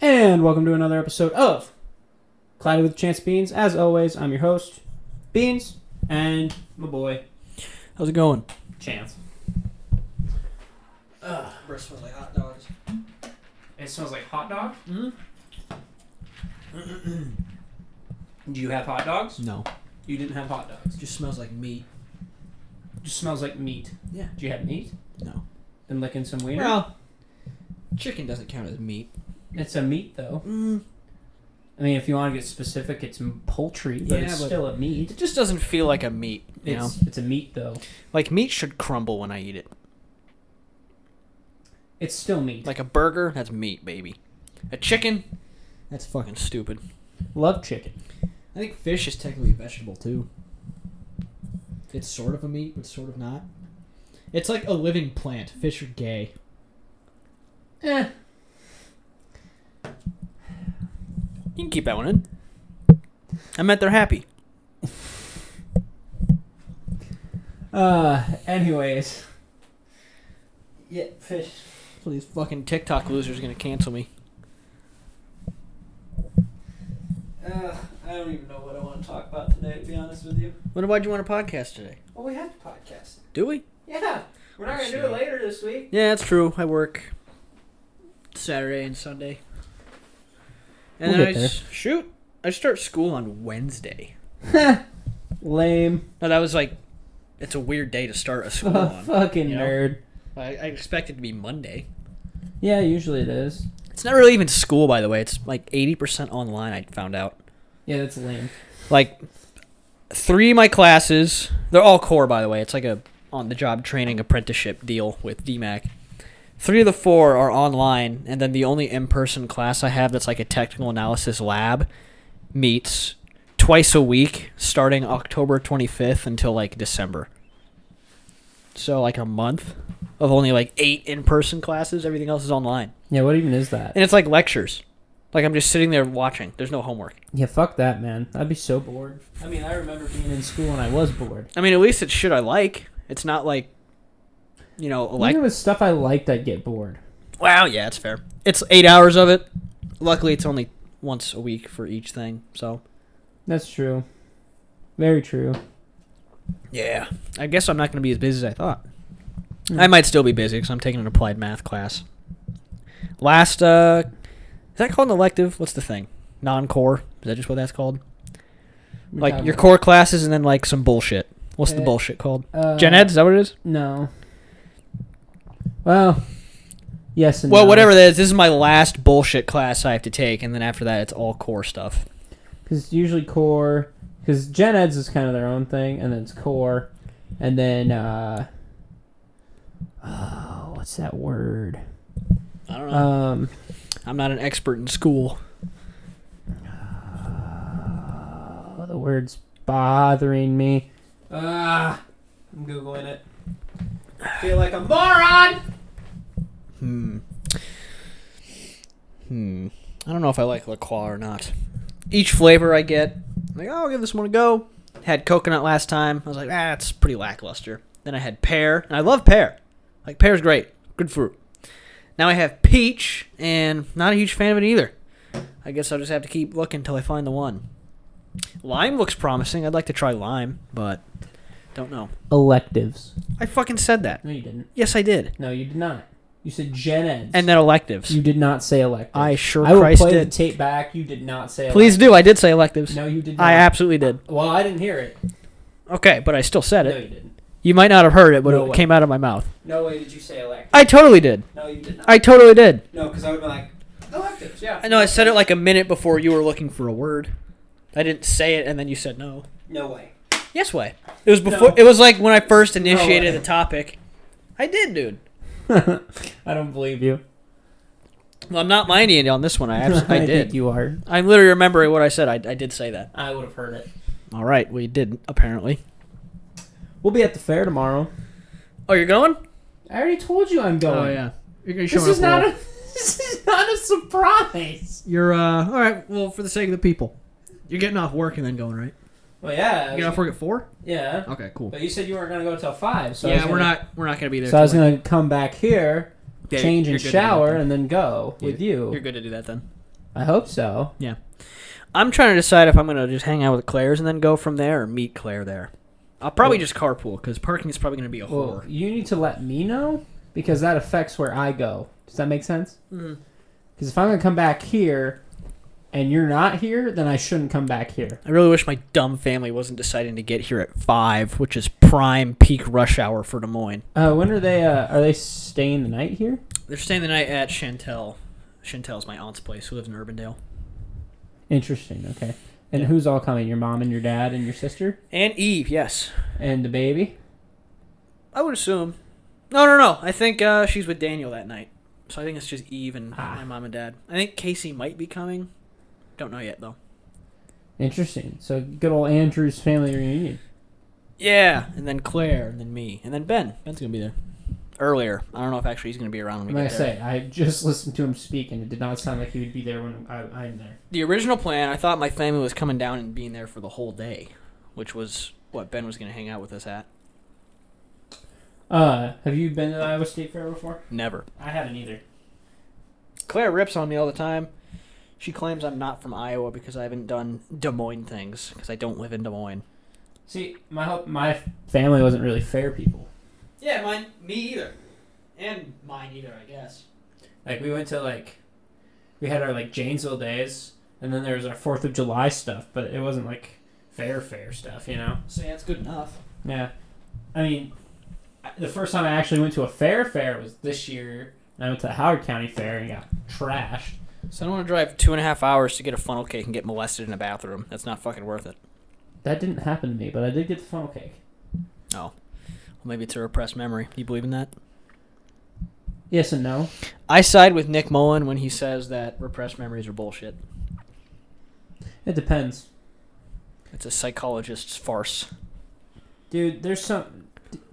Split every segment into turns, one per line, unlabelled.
and welcome to another episode of Cloudy with Chance Beans. As always, I'm your host, Beans, and my boy,
How's it going?
Chance. Ugh,
Breath smells like hot dogs.
it smells like hot dog.
Mm.
Mm-hmm. Do you have hot dogs?
No.
You didn't have hot dogs.
It just smells like meat.
just smells like meat.
Yeah.
Do you have meat?
No.
Been licking some wiener?
Well, chicken doesn't count as meat.
It's a meat, though.
Mm.
I mean, if you want to get specific, it's m- poultry, but
Yeah,
it's
but-
still a meat.
It just doesn't feel like a meat, you know?
It's, it's a meat, though.
Like meat should crumble when I eat it.
It's still meat.
Like a burger, that's meat, baby. A chicken,
That's fucking.
fucking stupid.
Love chicken.
I think fish is technically a vegetable too. It's sort of a meat, but sort of not. It's like a living plant. Fish are gay.
Eh.
You can keep that one in. I meant they're happy.
Uh, anyways. Yeah, fish.
So these fucking TikTok losers are gonna cancel me.
Uh, I don't even know what I want to talk about today, to be honest with you.
What why'd you want a podcast today?
Well, we have to podcast.
Do we?
Yeah. We're not going to do it later this week.
Yeah, that's true. I work Saturday and Sunday. And
We'll
then I
get there.
s- shoot. I start school on Wednesday.
Lame. Uh,
No, that was like it's a weird day to start a school on.
fucking
you know?
nerd.
I, I expect it to be Monday.
Yeah, usually it is.
It's not really even school, by the way. It's like eighty percent online. I found out.
Yeah, that's lame.
Like three of my classes, they're all core, by the way. It's like a on-the-job training apprenticeship deal with DMAC. Three of the four are online, and then the only in-person class I have that's like a technical analysis lab meets twice a week, starting October twenty-fifth until like December. So like a month of only like eight in-person classes. Everything else is online.
Yeah, what even is that?
And it's like lectures. Like I'm just sitting there watching. There's no homework.
Yeah, fuck that, man. I'd be so bored. I mean, I remember being in school and I was bored.
I mean, at least it's shit I like. It's not like, you know,
Like,
like.
Even with stuff I liked, I'd get bored.
Wow, yeah, it's fair. It's eight hours of it. Luckily, it's only once a week for each thing. So.
That's true. Very true.
Yeah. I guess I'm not going to be as busy as I thought.
Hmm.
I might still be busy because I'm taking an applied math class. Last, uh, is that called an elective? What's the thing? Non-core? Is that just what that's called?
We're
like
talking
your
about-
core classes and then like some bullshit. What's the
Uh,
bullshit called?
Uh,
Gen Ed? Is that what it is?
No. Well, yes and
Well,
no.
whatever that is, this is my last bullshit class I have to take, and then after that, it's all core stuff.
Because it's usually core. Because gen eds is kind of their own thing, and then it's core, and then uh, oh, what's that word?
I don't know.
Um,
I'm not an expert in school.
Oh, the word's bothering me. Ah, I'm googling it. feel like a moron.
Hmm. Hmm. I don't know if I like La Croix or not. Each flavor I get, I'm like, oh, I'll give this one a go. Had coconut last time. I was like, ah, that's pretty lackluster. Then I had pear, and I love pear. Like, pear's great. Good fruit. Now I have peach, and not a huge fan of it either. I guess I'll just have to keep looking until I find the one. Lime looks promising. I'd like to try lime, but don't know.
Electives.
I fucking said that.
No, you didn't.
Yes, I did.
No, you did not. You said gen eds.
And then electives.
you did not say electives.
I sure
I will
Christ
play
did.
the tape back. You did not say.
Please do. I did say electives.
electives. No, you did not.
I absolutely did.
well, I didn't hear it.
Okay, but I still said
No,
it.
you didn't.
You might not have heard it, but
No
it
way.
came out of my mouth.
No way did you say electives.
I totally did.
No, you did not.
I totally did.
no, because I would be like electives. Yeah.
I know I said it like a minute before you were looking for a word. I didn't say it, and then you said no.
No way.
Yes way. It was before. It was like when I first initiated
way.
the topic. I did, dude.
I don't believe you.
Well, I'm not minding it on this one. I abs- I
think
did.
you are.
I'm literally remembering what I said. I, I did say that.
I would have heard it.
All right. Well, you didn't apparently.
We'll be at the fair tomorrow.
Oh, you're going?
I already told Oh, you I'm going.
You're going
This is not a this is not a surprise.
You're uh. All right. Well, for the sake of the people, you're getting off work and then going right.
Well, yeah, I was-
work at four.
yeah.
Okay, cool.
But you said you weren't gonna go till five, so I was
yeah, we're
gonna-
not we're not gonna be there.
So I was
till,
gonna come back here,
like- Yeah,
change
you're
and
good to do that
shower,
then.
and then go with
You're
you.
good to do that then.
I hope so.
I'm trying to decide if I'm gonna just hang out with Claire's and then go from there, or meet Claire there. I'll probably
Well-
just carpool because parking is probably gonna be a
Well,
horror.
you need to let me know because that affects where I go. Does that make sense?
Mhm.
Because if I'm gonna come back here, and you're not here, then I shouldn't come back here.
I really wish my dumb family wasn't deciding to get here at five, which is prime peak rush hour for Des Moines.
Uh, when are they? Uh, are they staying the night here?
They're staying the night at Chantel. Chantel's my aunt's place, who lives in Urbandale,
Interesting. Okay. And
Yeah.
who's all coming? Your mom and your dad and your sister
and Eve. Yes,
and the baby.
I would assume. No, no, no. I think uh, she's with Daniel that night, so I think it's just Eve and
Ah.
my mom and dad. I think Casey might be coming. Don't know yet though.
Interesting. So good old Andrew's family reunion.
Yeah, and then Claire, and then me, and then Ben.
Ben's gonna be there.
earlier. I don't know if actually he's going to be around when we
I'm gonna
get there.
say I just listened to him speak, and it did not sound like he would be there when I, I'm there.
The original plan, I thought my family was coming down and being there for the whole day, which was what Ben was going to hang out with us at.
Uh, have you been to the Iowa State Fair before?
Never.
I haven't either.
Claire rips on me all the time. She claims I'm not from Iowa because I haven't done Des Moines things because I don't live in Des Moines.
See, my ho- my family wasn't really fair people.
Yeah, mine, me either, and mine either, I guess.
Like we went to like, we had our like Janesville days, and then there was our Fourth of July stuff, but it wasn't like fair fair stuff, you know.
So yeah, it's good enough.
Yeah, I mean, I- the first time I actually went to a fair fair was this year, and I went to the Howard County Fair and got trashed.
So I don't want to drive two and a half hours to get a funnel cake and get molested in a bathroom. That's not fucking worth it.
That didn't happen to me, but I did get the funnel cake.
Oh. Well, maybe it's a repressed memory. Do you believe in that?
Yes and no.
I side with Nick Mullen when he says that repressed memories are bullshit.
It depends.
It's a psychologist's farce.
Dude, there's some.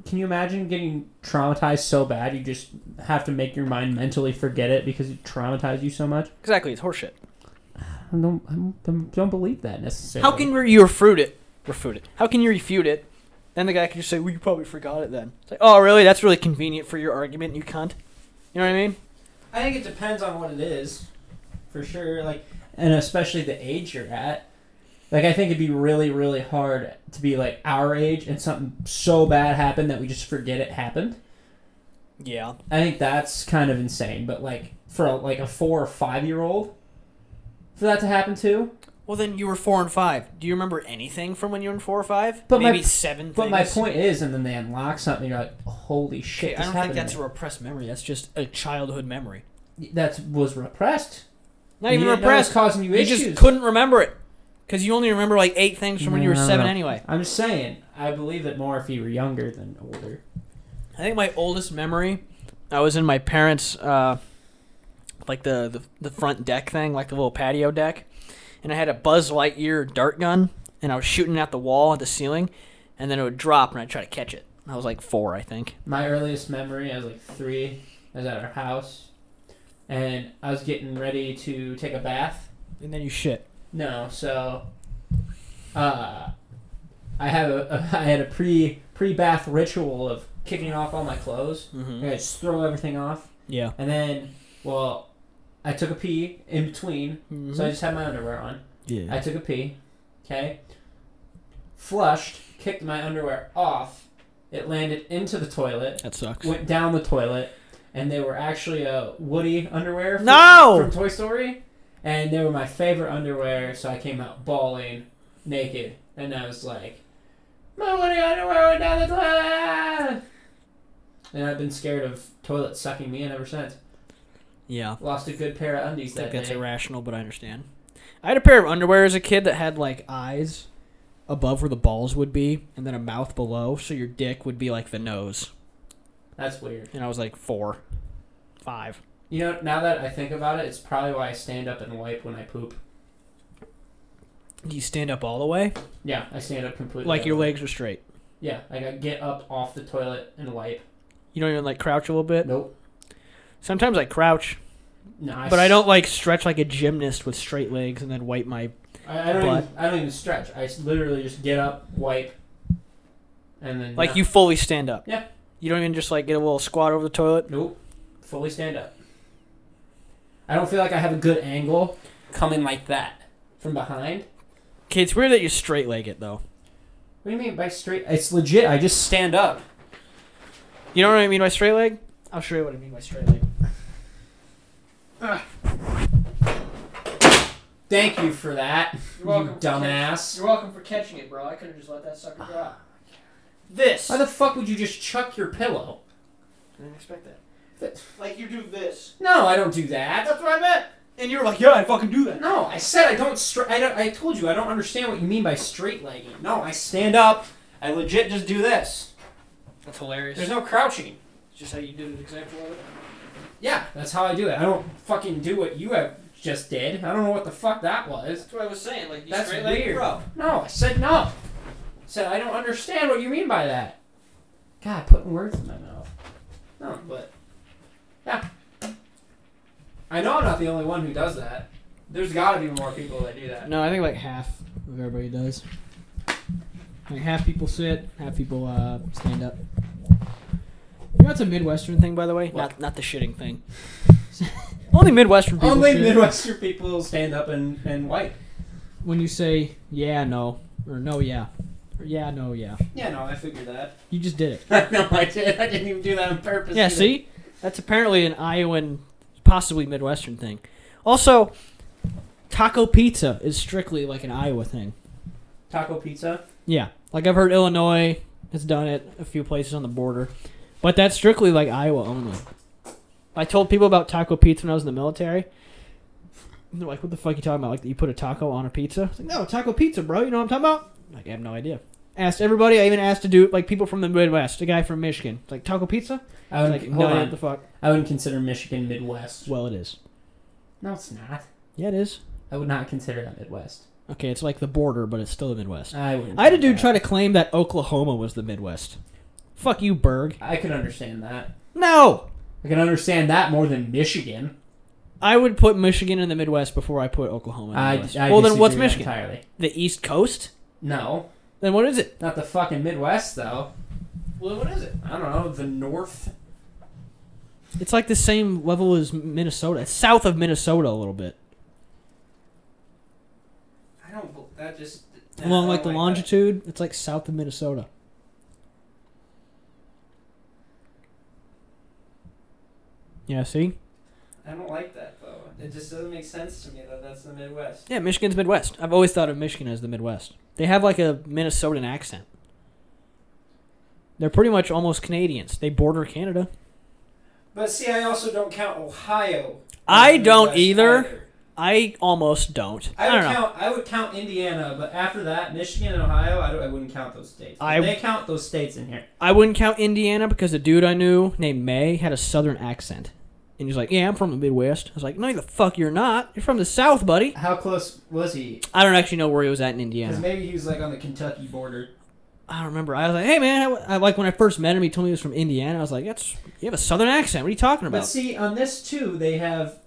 Can you imagine getting traumatized so bad you just have to make your mind mentally forget it because it traumatized you so much?
Exactly, it's horseshit.
I don't, I don't, don't believe that necessarily.
How can you refute it? Refute it. How can you refute it? Then the guy can just say, "Well, you probably forgot it." Then it's like, "Oh, really? That's really convenient for your argument, you cunt." You know what I mean?
I think it depends on what it is, for sure. Like, and especially the age you're at. Like, I think it'd be really, really hard to be like our age and something so bad happened that we just forget it happened.
Yeah.
I think that's kind of insane. But like for a, like a four or five year old, for that to happen to.
Well, then you were four and five. Do you remember anything from when you were in four or five?
But my-
maybe seven.
But my
things?
point is, and then they unlock something. You're like, holy shit!
Okay,
This
I don't think
happened to
that's a
me.
repressed memory. That's just a childhood memory.
that was repressed.
Not
You
even
didn't know it was
repressed.
causing you
You
issues.
just couldn't remember it because you only remember like eight things from when you were
No, no,
seven
no.
anyway.
I'm just saying. I believe it more if you were younger than older.
I think my oldest memory, I was in my parents' uh, like the, the the front deck thing, like the little patio deck, and I had a Buzz Lightyear dart gun, and I was shooting it at the wall at the ceiling, and then it would drop, and I'd try to catch it. I was like four, I think.
My earliest memory, I was like three. I was at our house, and I was getting ready to take a bath.
And then you shit.
No, so uh, I have a, a I had a pre pre bath ritual of kicking off all my clothes.
Mm-hmm.
I just throw everything off,
Yeah.
and then well, I took a pee in between, so
Mm-hmm.
I just had my underwear on.
Yeah.
I took a pee, okay. Flushed, kicked my underwear off. It landed into the toilet,
that sucks.
went down the toilet, and they were actually uh, Woody underwear. from-
No.
from Toy Story, and they were my favorite underwear. So I came out bawling, naked, and I was like, "My Woody underwear went down the toilet," and I've been scared of toilets sucking me in ever since.
Yeah.
Lost a good pair of undies
I think
that
that's
day.
irrational, but I understand. I had a pair of underwear as a kid that had like eyes above where the balls would be, and then a mouth below, so your dick would be like the nose.
That's weird.
And I was like four, five.
You know, now that I think about it, it's probably why I stand up and wipe when I poop.
Do you stand up all the way?
Yeah, I stand up completely.
Like your legs are straight.
Yeah, like I get up off the toilet and wipe.
You don't even like crouch a little bit.
Nope.
Sometimes I crouch,
No, I
but I don't like stretch like a gymnast with straight legs and then wipe my.
I, I don't.
But-
Even, I don't even stretch. I s- literally just get up, wipe, and then
Like you fully stand up.
Yeah.
You don't even just like get a little squat over the toilet.
Nope, fully stand up. I don't feel like I have a good angle coming like that from behind.
Okay, it's weird that you straight leg it though.
What do you mean by straight? It's legit. I just stand up.
You know what I mean by straight leg? I'll show you what I mean by straight leg.
Thank you for that,
You're welcome.
you dumbass.
You're welcome for catching it, bro. I could have just let that sucker drop. This.
Why the fuck would you just chuck your pillow?
I didn't expect that.
That-
Like you do this.
No, I don't do that.
That's what I meant. And you're like, yeah, I fucking do that.
No, I said I don't. Stri- I don't. I told you I don't understand what you mean by straight legging. No, I stand up. I legit just do this.
That's hilarious.
There's no crouching.
just how you did an example of it.
Yeah, that's how I do it. I don't fucking do what you have just did. I don't know what the fuck that was.
That's what I was saying. Like you
That's
straight leg,
weird.
bro.
No, I said no. I said I don't understand what you mean by that. God, putting words in my mouth. No, but yeah, I know I'm not the only one who does that. There's got to be more people that do that.
No, I think like half of everybody does. Like half people sit, half people uh, stand up. You know, it's a Midwestern thing, by the way.
Not not the shitting thing. Only Midwestern people.
Only
shit.
Midwestern people stand up and and wipe.
When you say yeah, no, or no, yeah, or yeah, no, yeah,
Yeah, no, I figured that.
you just did it.
no, I did. I didn't even do that on purpose.
Yeah,
either.
see?
That's apparently an Iowan, possibly Midwestern thing. Also, taco pizza is strictly like an Iowa thing.
Taco pizza.
Yeah, like I've heard Illinois has done it a few places on the border, but that's strictly like Iowa only. I told people about taco pizza when I was in the military. And they're like, "What the fuck you talking about? Like that you put a taco on a pizza?" I was like, "No, taco pizza, bro. You know what I'm talking about?" I'm Like, I have no idea. Asked everybody. I even asked to do like people from the Midwest. A guy from Michigan. It's like taco pizza.
I
I was
would
like,
like,
no,
hold
idea
on.
what the fuck?
I wouldn't consider Michigan Midwest.
Well, it is.
No, it's not.
Yeah, it is.
I would not consider that Midwest.
Okay, it's like the border, but it's still the Midwest.
I wouldn't.
I had a
do
dude try to claim that Oklahoma was the Midwest. Fuck you, Berg.
I could understand that.
No.
I can understand that more than Michigan.
I would put Michigan in the Midwest before I put Oklahoma. In the
I,
Midwest.
I
well, then
disagree
what's
with that
Michigan?
entirely?
The East Coast?
No,
Then what is it?
not the fucking Midwest though.
Well, what is it?
I don't know the North.
It's like the same level as Minnesota. It's south of Minnesota a little bit,
I don't. bel- That just
along
I
like the
don't that.
longitude. It's like south of Minnesota. Yeah. See.
I don't like that though. It just doesn't make sense to me that that's the Midwest.
Yeah, Michigan's Midwest. I've always thought of Michigan as the Midwest. They have like a Minnesotan accent. They're pretty much almost Canadians. They border Canada.
But see, I also don't count Ohio. as
I
the
don't
Midwest
either. I almost don't. I,
I would
don't know.
count. I would count Indiana, but after that, Michigan and Ohio, I, don't, I wouldn't count those states. But
I-
they count those states in here.
I wouldn't count Indiana because a dude I knew named May had a southern accent. And he's like, Yeah, I'm from the Midwest. I was like, No, the fuck you're not. You're from the South, buddy.
How close was he?
I don't actually know where he was at in
Because
Indiana.
maybe he was like on the Kentucky border.
I don't remember. I was like, Hey, man, I, I- like when I first met him, he told me he was from Indiana. I was like, That's you have a southern accent. What are you talking
But
about?
see, on this too, they have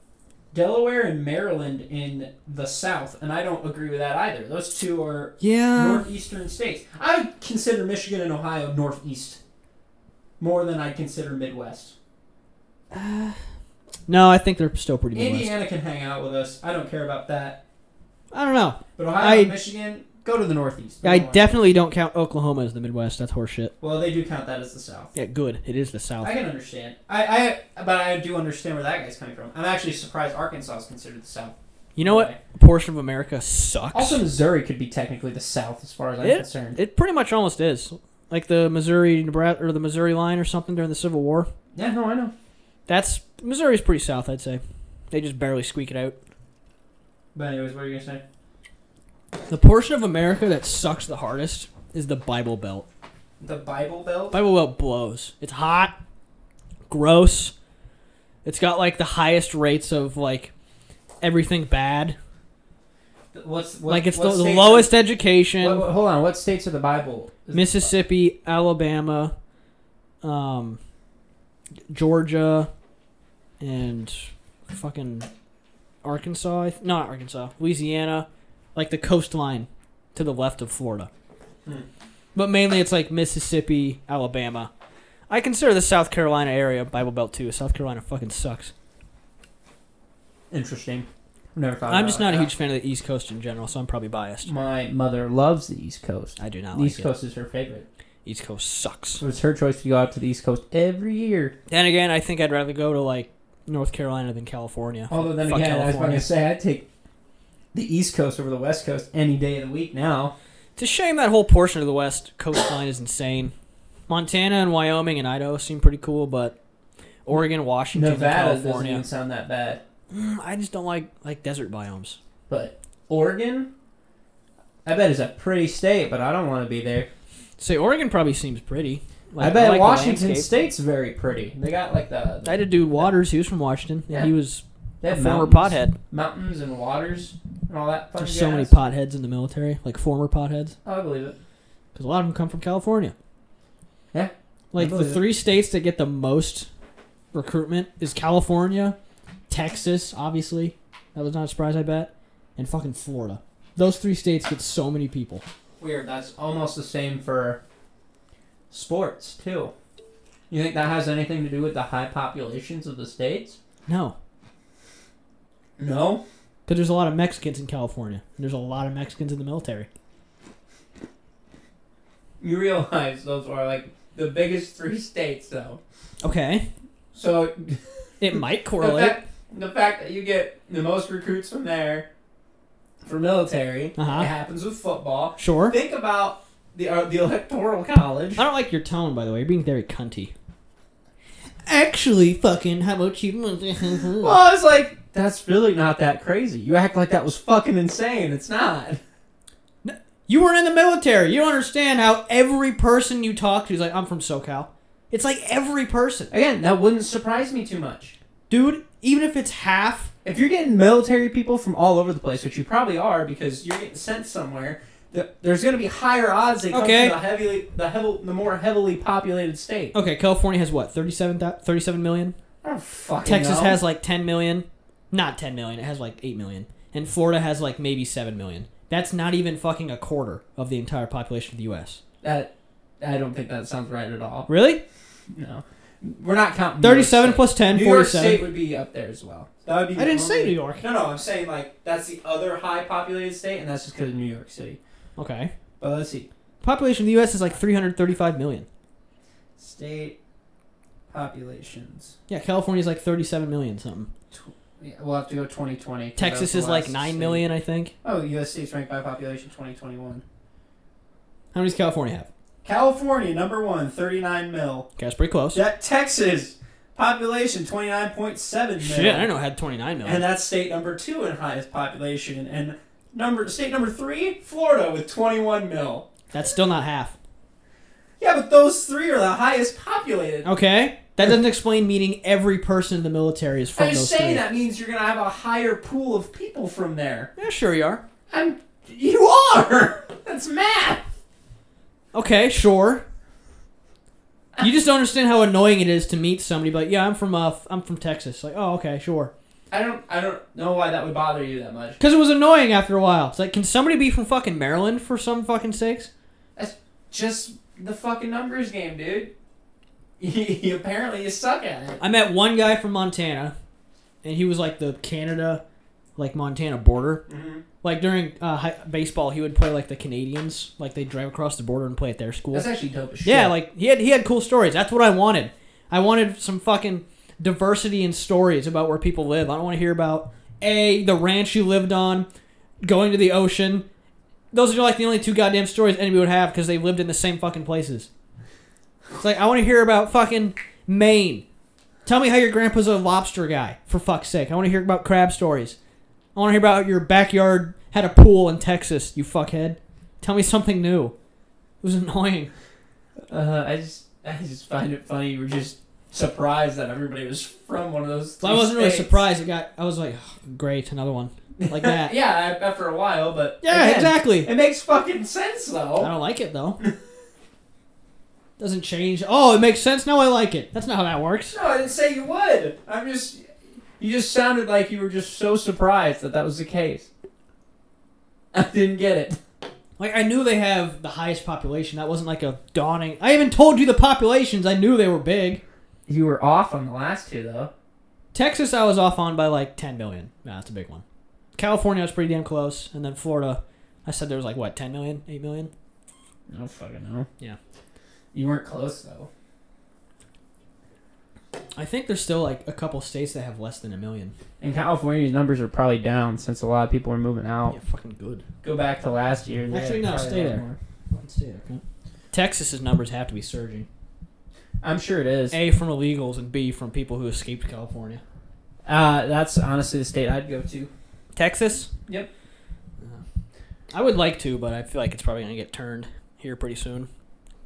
Delaware and Maryland in the South, and I don't agree with that either. Those two are
Yeah.
northeastern states. I would consider Michigan and Ohio northeast more than I consider Midwest.
No, I think they're still pretty Midwest.
Indiana can hang out with us. I don't care about that.
I don't know.
But Ohio, and
I-
Michigan, go to the northeast.
I
Don't worry.
definitely don't count Oklahoma as the Midwest. That's horseshit.
well, they do count that as the South.
Yeah, good. It is the South.
I can understand. I, I, but I do understand where that guy's coming from. I'm actually surprised Arkansas is considered the South.
you know what? Portion of America sucks.
Also, Missouri could be technically the South as far as I'm
It-
concerned.
It pretty much almost is. Like the Missouri Nebraska or the Missouri line or something during the Civil War.
Yeah, no, I know.
That's Missouri's pretty south, I'd say. They just barely squeak it out.
But anyways, what are you gonna say?
The portion of America that sucks the hardest is the Bible Belt.
The Bible Belt.
Bible Belt blows. It's hot, gross. It's got like the highest rates of like everything bad.
What's what,
like it's
what
the, the
states
lowest
Are,
education.
what, what- hold on, what states are the Bible? is-
Mississippi, Alabama, um, Georgia, and fucking Arkansas. I th- not Arkansas, Louisiana, like the coastline to the left of Florida.
Hmm.
But mainly it's like Mississippi, Alabama. I consider the South Carolina area Bible Belt too. South Carolina fucking sucks.
Interesting.
I've never thought
I'm
about
just
it
not a
like
huge fan of the East Coast in general, so I'm probably biased.
that. My mother loves the East Coast.
I do not
The East
like
Coast is her favorite.
it. East Coast sucks.
It was her choice to go out to the East Coast every year.
Then again, I think I'd rather go to like North Carolina than California.
Although then
Fuck
again, I was about
California.
to say I'd take the East Coast over the West Coast any day of the week now.
It's a shame that whole portion of the West coastline is insane. Montana and Wyoming and Idaho seem pretty cool, but Oregon, Washington, and
Nevada doesn't even
California.
sound that bad,
Mm, I just don't like like desert biomes.
but Oregon, I bet is a pretty state, but I don't want to be there.
Say Oregon probably seems pretty. Like,
I bet
like the
Washington
landscape.
State's very pretty. They got like the,
I had a dude Waters. He was from Washington. and he
Yeah.
was
they
a
have
former
mountains-
pothead.
mountains and waters and all that fun.
There's so many
jazz.
potheads in the military, like former potheads,
Oh, I believe it.
because a lot of them come from California.
Yeah, I
Like the
believe it.
three states that get the most recruitment is California,
Texas, obviously. That was not a surprise, I bet. And fucking Florida. Those three states get so many people.
Weird. That's almost the same for sports too. You think that has anything to do with the high populations of the states?
No.
No.
Because there's a lot of Mexicans in California. And there's a lot of Mexicans in the military.
You realize those are like the biggest three states, though.
Okay.
So
It might
the
correlate.
fact, the fact that you get the most recruits from there for military,
Uh-huh.
it happens with football.
Sure.
Think about the uh, the electoral college.
I don't like your tone, by the way. You're being very cunty. Actually, fucking, how about you?
Well, I was like, that's really not that crazy. You act like that was fucking insane. It's not.
You were in the military. You don't understand how every person you talk to is like, I'm from SoCal. It's like every person.
Again, that wouldn't surprise me too much.
Dude, even if it's half,
If you're getting military people from all over the place, which you probably are because you're getting sent somewhere, th- there's going to be higher odds they come
Okay.
from the heavily, the heavily, the more heavily populated state.
okay, California has what, 37, thou- 37 million?
I don't fucking
Texas
know.
has like 10 million. Not 10 million, it has like 8 million. And Florida has like maybe 7 million. That's not even fucking a quarter of the entire population of the U.S.
that. I don't think that sounds right at all.
Really?
No, we're not counting. New York
37
State.
plus 10,
New York
47.
State would be up there as well. That would be
I didn't
the
say
only-
New York.
No, no, I'm saying like that's the other high populated state, and that's just because of New York City.
Okay.
But let's see,
Population of the U.S. is like 335 million.
state populations.
Yeah, California's like 37 million something.
Yeah, we'll have to go 2020. 'cause
Texas
that was
is
the
like
last
9
state.
million, I think.
Oh, U.S. states ranked by population 2021.
How many does California have?
California, number one, 39 mil.
Okay, that's pretty close.
De- Texas, population 29.7 mil.
Shit, I didn't know it had 29
And
million.
that's state number two in highest population. And number state number three, Florida, with 21 mil.
That's still not half.
Yeah, but those three are the highest populated.
Okay? That doesn't explain meaning every person in the military is from
I'm
those
just
three.
saying that means you're going to have a higher pool of people from there.
Yeah, sure you are.
I'm. You are! That's math!
Okay, sure. You just don't understand how annoying it is to meet somebody, but yeah, I'm from uh, f- I'm from Texas. Like, oh, okay, sure.
I don't, I don't know why that would bother you that much.
Because it was annoying after a while. It's like, can somebody be from fucking Maryland for some fucking sakes?
That's just the fucking numbers game, dude. You, apparently you suck at it.
I met one guy from Montana, and he was like the Canada, like Montana border.
Mm-hmm.
Like during uh, hi- baseball, he would play like the Canadians, like they drive across the border and play at their school.
That's actually dope as shit.
Yeah, like he had he had cool stories. That's what I wanted. I wanted some fucking diversity in stories about where people live. I don't want to hear about a the ranch you lived on, going to the ocean. Those are like the only two goddamn stories anybody would have because they lived in the same fucking places. It's like I want to hear about fucking Maine. Tell me how your grandpa's a lobster guy. For fuck's sake, I want to hear about crab stories. I want to hear about your backyard had a pool in Texas. You fuckhead. Tell me something new. It was annoying.
uh, I just, I just find it funny. You were just surprised that everybody was from one of those.
Well, I wasn't
three
really
states.
surprised. It got. I was like, "Ugh, great, another one like that.
yeah, I- after a while, but
yeah,
again,
exactly.
It makes fucking sense
I
though.
don't like it though. Doesn't change. Oh, it makes sense. Now I like it. That's not how that works.
No, I didn't say you would. I'm just, you just sounded like you were just so surprised that that was the case. I didn't get it.
Like I knew they have the highest population. That wasn't like a dawning. I even told you the populations. I knew they were big.
You were off on the last two though.
Texas, I was off on by like ten million. Nah, that's a big one. California was pretty damn close, and then Florida, I said there was like what 10 million, 8 million.
I don't fucking know.
Yeah.
You weren't close though.
I think there's still like a couple states that have less than a million.
And California's numbers are probably down since a lot of people are moving
Oh.
out.
Yeah, fucking good.
Go back to last year. they
Actually,
had
no,
probably a
stay
lot
there.
more.
Let's see. Okay. Texas's numbers have to be surging.
I'm sure it is.
A from illegals and B from people who escaped California.
Uh, that's honestly the state I'd go to.
Texas. Uh,
Yep.
I would like to, but I feel like it's probably gonna get turned here pretty soon.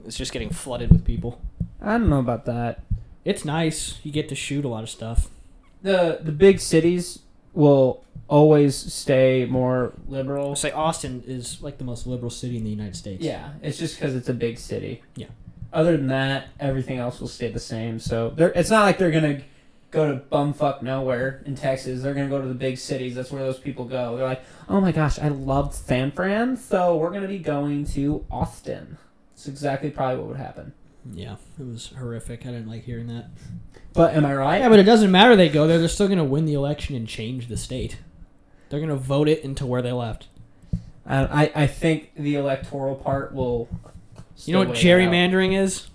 It's just getting flooded with people.
I don't know about that.
It's nice. You get to shoot a lot of stuff.
The the big cities will always stay more liberal.
I'll say Austin is like the most liberal city in the United States.
Yeah, it's just because it's a big city.
Yeah.
Other than that, everything else will stay the same. So they're, it's not like they're gonna go to bumfuck nowhere in Texas. They're gonna go to the big cities. That's where those people go. They're like, oh my gosh, I loved San Fran, so we're gonna be going to Austin. It's exactly probably what would happen.
Yeah. It was horrific. I didn't like hearing that.
But am I right?
Yeah, but it doesn't matter. They go there. They're still gonna win the election and change the state. They're gonna vote it into where they left.
I I, I think the electoral part will.
You know
still
what
wait it out.
gerrymandering is?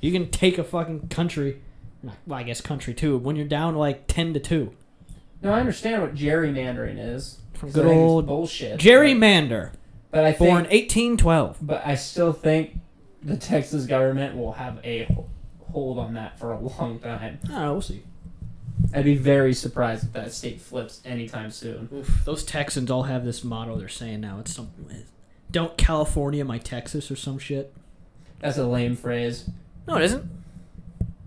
You can take a fucking country, well, I guess country too, when you're down like 10 to 2.
No, I understand what gerrymandering is.
From
'cause
good
I think it's
old
bullshit.
Gerrymander,
but, but I think
born 1812.
But I still think the Texas government will have a h- hold on that for a long time.
I don't know, we'll see.
I'd be very surprised if that state flips anytime soon.
Oof, those Texans all have this motto they're saying now. It's something. it's, Don't California my Texas or some shit.
That's a lame phrase.
No, it isn't.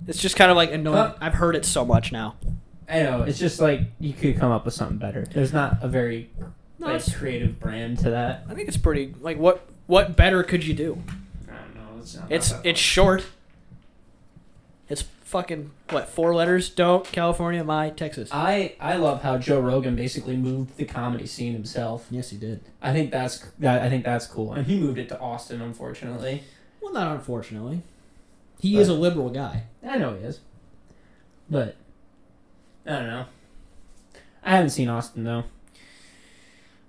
It's just kind of like annoying.
Huh?
I've heard it so much now.
I know, it's just like you could come up with something better. There's not a very
No,
like,
it's-
creative brand to that.
I think it's pretty. Like, what what better could you do?
I don't know. It's not
It's it's short. It's fucking what four letters? Don't California, my Texas.
I, I love how Joe Rogan basically moved the comedy scene himself.
Yes, he did.
I think that's that, I think that's cool, and he moved it to Austin. Unfortunately,
Well, not unfortunately. He is a liberal guy.
I know he is, but I don't know. I haven't seen Austin though.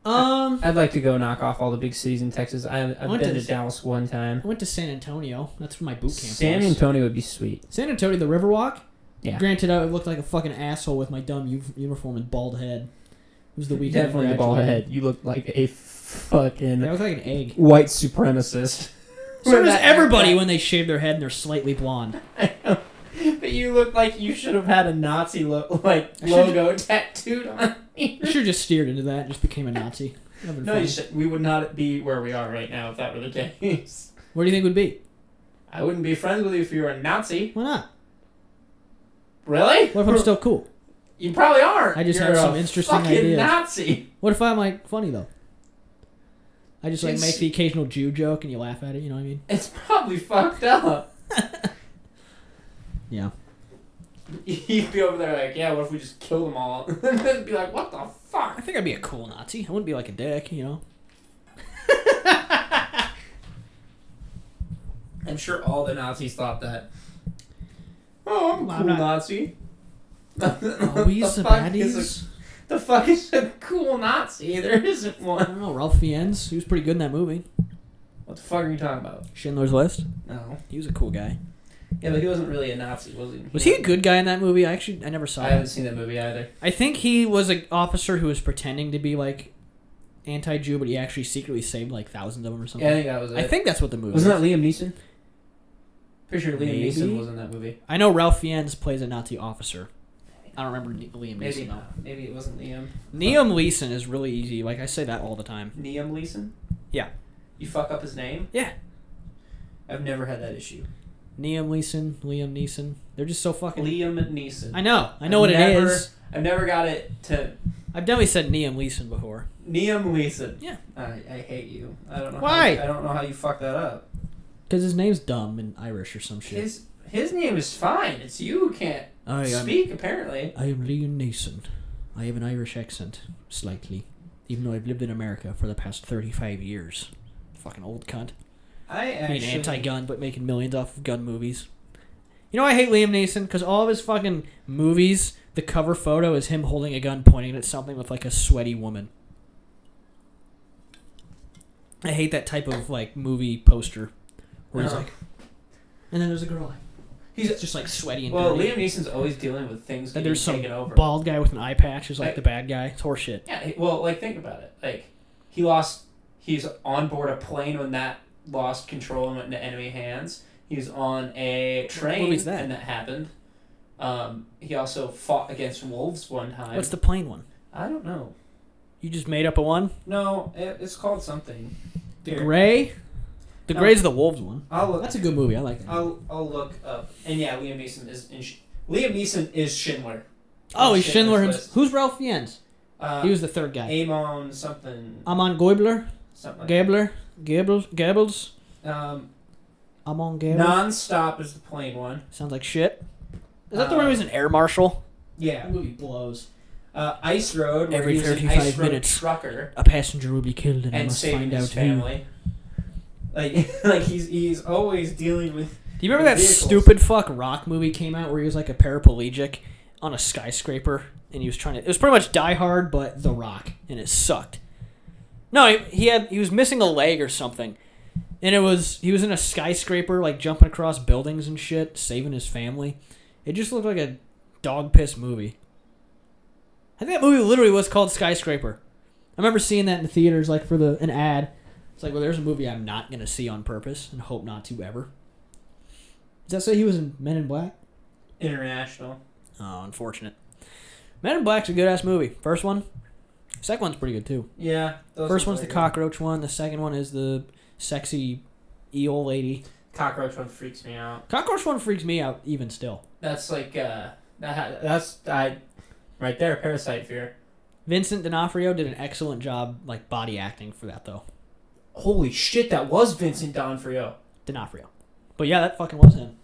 Um,
I'd like to go knock off all the big cities in Texas. I, I've
I went
been
to
to
s-
Dallas one time.
I went to San Antonio. That's where my boot camp
San
was.
Antonio would be sweet.
San Antonio, the Riverwalk.
Yeah.
Granted, I looked like a fucking asshole with my dumb u- uniform and bald head. It was the
We
weekend. I
definitely the bald
graduated.
head. You look like a
Yeah, I
fucking
looked like an egg.
white supremacist.
So does everybody when they shave their head and they're slightly blonde.
But you look like you should have had a Nazi lo- like
I should've-
logo tattooed on.
I should have just steered into that. and Just became a Nazi. That'd been
No,
funny.
you should. We would not be where we are right now if that were the case.
Where do you think would be?
I wouldn't be friends with you if you were a Nazi.
Why not?
Really?
What if I'm still cool?
You probably are.
I just
You're
have some
a
interesting
fucking
ideas.
Nazi.
What if I'm like funny though? I just like
It's-
make the occasional Jew joke and you laugh at it. You know what I mean?
It's probably fucked up.
Yeah.
He'd be over there like, yeah, what if we just kill them all? and then be like, what the
I
fuck?
think I'd be a cool Nazi. I wouldn't be like a dick. You know?
I'm sure all the Nazis thought that. Oh, I'm a
Well,
cool
I'm not-
Nazi.
Are we
the,
the
fuck is
baddies?
a, the fuck is a cool Nazi? There isn't
I
one.
don't know. Ralph Fiennes. He was pretty good in that movie.
What the fuck are you talking about?
Schindler's List.
No.
He was a cool guy.
Yeah, but he wasn't really a Nazi, was he?
Was he a good guy in that movie? I actually I never saw
I
it.
haven't seen that movie either.
I think he was an officer who was pretending to be like anti-Jew, but he actually secretly saved like thousands of them or something.
Yeah, I think that was it.
I think that's what the movie.
Wasn't
is.
that Liam Neeson? Pretty sure Liam
Maybe.
Neeson was in that movie.
I know Ralph Fiennes plays a Nazi officer. I don't remember Ne- Liam
Maybe
Neeson though.
Maybe it wasn't Liam.
Liam Neeson is really easy. Like I say that all the time.
Liam Neeson?
Yeah.
You fuck up his name?
Yeah.
I've never had that issue.
Liam Neeson, Liam Neeson. They're just so fucking.
Liam Neeson.
I know. I know what
never,
it is.
I've never got it to
I've definitely said Liam Neeson before.
Liam Neeson.
Yeah.
I, I hate you. I don't know.
Why?
How, I don't know how you fuck that up.
Because his name's dumb and Irish or some shit. Oh,
His his name is fine. It's you who can't
I am.
speak apparently.
I am Liam Neeson. I have an Irish accent, slightly, even though I've lived in America for the past 35 years. Fucking old cunt.
I
Being
actually
anti-gun, but making millions off of gun movies. You know, I hate Liam Neeson because all of his fucking movies, The cover photo is him holding a gun pointing at something with like a sweaty woman. I hate that type of like movie poster where he's
Uh-huh.
like, and then there's a girl. like- He's just like sweaty and
Well,
dirty.
Liam Neeson's always dealing with things
And
getting
there's some
taken over.
Bald guy with an eye patch is like the bad guy. It's horseshit.
Yeah, he- well, like think about it. Like he lost. He's on board a plane when that lost control and went into enemy hands. He was on a train
movie's that?
and that happened. Um, he also fought against wolves one time.
What's the plain one?
I don't know.
You just made up a one.
No, it, it's called something.
The
Here,
gray. The
No.
gray's the wolves one. Oh,
I'll look.
That's a good movie. I like that.
I'll I'll look up. And yeah, Liam Neeson is in Sh- Liam Neeson is Schindler.
Oh, he's Schindler.
Schindler's
himself. Who's Ralph Fiennes?
Uh,
He was Um, the third guy.
Amon something
Amon Goebler.
something. Like
Gabler. Gables. Gables.
that. Um,
Amon Gables.
non-stop is the plain one.
Sounds like shit. Is that the
Uh,
one where he's an air marshal?
Yeah.
movie blows.
uh, Ice Road, where
Every
he was an
35
Ice Road
minutes.
trucker
A passenger will be killed, and, I
and
must
saving
find out
his
who.
family. Like, like he's he's always dealing with.
Do you remember that
Vehicles.
stupid fuck rock movie came out where he was like a paraplegic on a skyscraper and he was trying to it was pretty much Die Hard but The Rock and it sucked. No, he, he had he was missing a leg or something. And it was he was in a skyscraper like jumping across buildings and shit, saving his family. It just looked like a dog piss movie. I think that movie literally was called Skyscraper. I remember seeing that in the theaters like for the an ad. It's like, well, there's a movie I'm not going to see on purpose and hope not to ever. Does that say he was in Men in Black?
International.
Oh, unfortunate. Men in Black's a good ass movie. First one. Second one's pretty good too.
Yeah. Those
First
ones
one's the
are good.
cockroach one. The second one is the sexy eel lady.
Cockroach one freaks me out.
Cockroach one freaks me out even still.
That's like uh, that, that's I, right there. Parasite fear.
Vincent D'Onofrio did an excellent job, like body acting for that though.
Holy shit! That was Vincent D'Onofrio.
D'Onofrio. But yeah, that fucking was him.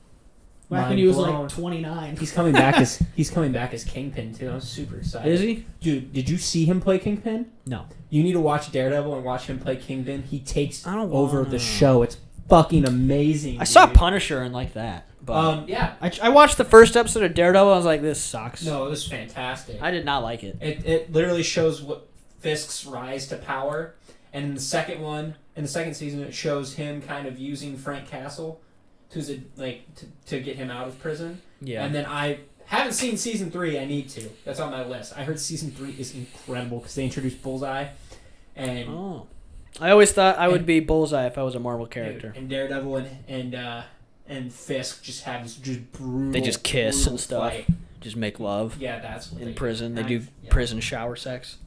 Back
Mind
when he was
blown.
like 29.
He's coming back as he's coming back as Kingpin too. I'm super excited.
Is he?
Dude, did you see him play Kingpin?
No.
You need to watch Daredevil and watch him play Kingpin. He takes
I don't
over
wanna.
the show. It's fucking amazing.
I saw
dude.
Punisher and like that, but
Um, yeah.
I, I watched the first episode of Daredevil. I was like, this sucks.
No, it was fantastic.
I did not like it.
It it literally shows what Fisk's rise to power, and in the second one, in the second season, it shows him kind of using Frank Castle, who's a like to, to get him out of prison.
Yeah.
And then I haven't seen season three. I need to. That's on my list. I heard season three is incredible because they introduced Bullseye, and
Oh. I always thought I would
And-
be Bullseye if I was a Marvel
Dude,
character.
and Daredevil and and uh, and Fisk just have this just brutal.
They just kiss
brutal
and stuff.
fight.
Just make love
Yeah, that's what
in
they-
prison. They
I-
do
yeah.
prison shower sex.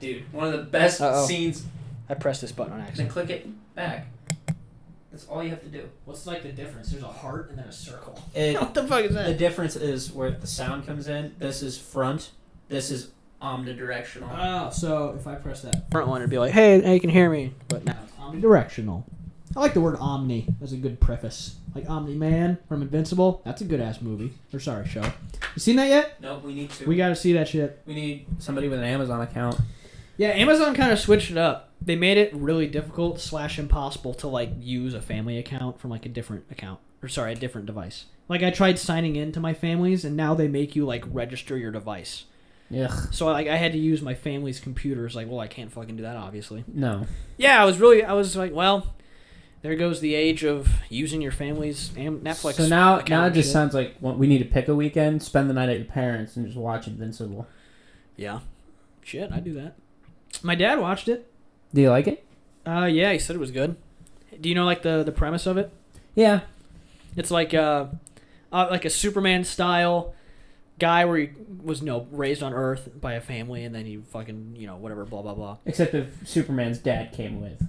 Dude, one of the best
Uh-oh.
scenes.
I pressed this button on
Then
accident.
click it back. That's all you have to do.
What's like the difference? There's a heart and then a circle.
It,
what the fuck is
the
that?
difference is where the sound comes in. This is front. This is omnidirectional.
Oh, so if I press that front one, it'd be like, hey, now you can hear me. But now it's omnidirectional. I like the word omni. That's a good preface. Like Omni Man from Invincible. That's a good ass movie. Or sorry, show. You seen that yet?
No, we need to.
We gotta see that shit.
we need somebody with an Amazon account.
Yeah, Amazon kind of switched it up. They made it really difficult slash impossible to like use a family account from like a different account or sorry, a different device. Like I tried signing in to my family's and now they make you like register your device.
Ugh,
So like I had to use my family's computers. Like, well, I can't fucking do that, obviously.
no.
Yeah, I was really I was like, well, there goes the age of using your family's Am- Netflix.
so now,
account
now it
and
just
shit.
sounds like well, we need to pick a weekend, spend the night at your parents, and just watch Invincible.
yeah, shit, I do that. My dad watched it.
Do you like it?
Uh, yeah, he said it was good. Do you know like the the premise of it?
Yeah.
It's like a, uh, like a Superman style guy where he was you know, raised on Earth by a family, and then he fucking you know whatever blah blah blah.
Except if Superman's dad came with.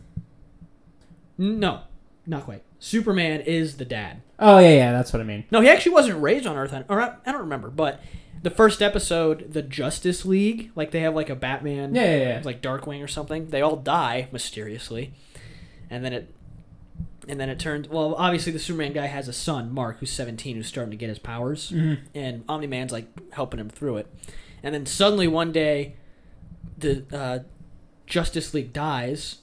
No, not quite. Superman is the dad.
Oh yeah, yeah, that's what I mean.
No, he actually wasn't raised on Earth, or I, I don't remember. But the first episode, the Justice League, like they have like a Batman,
Yeah, yeah,
it's like Darkwing or something. They all die mysteriously, and then it. And then it turns well. Obviously, the Superman guy has a son, Mark, who's seventeen, who's starting to get his powers.
yeah. Mm-hmm.
and Omni Man's like helping him through it. And then suddenly one day, the uh, Justice League dies,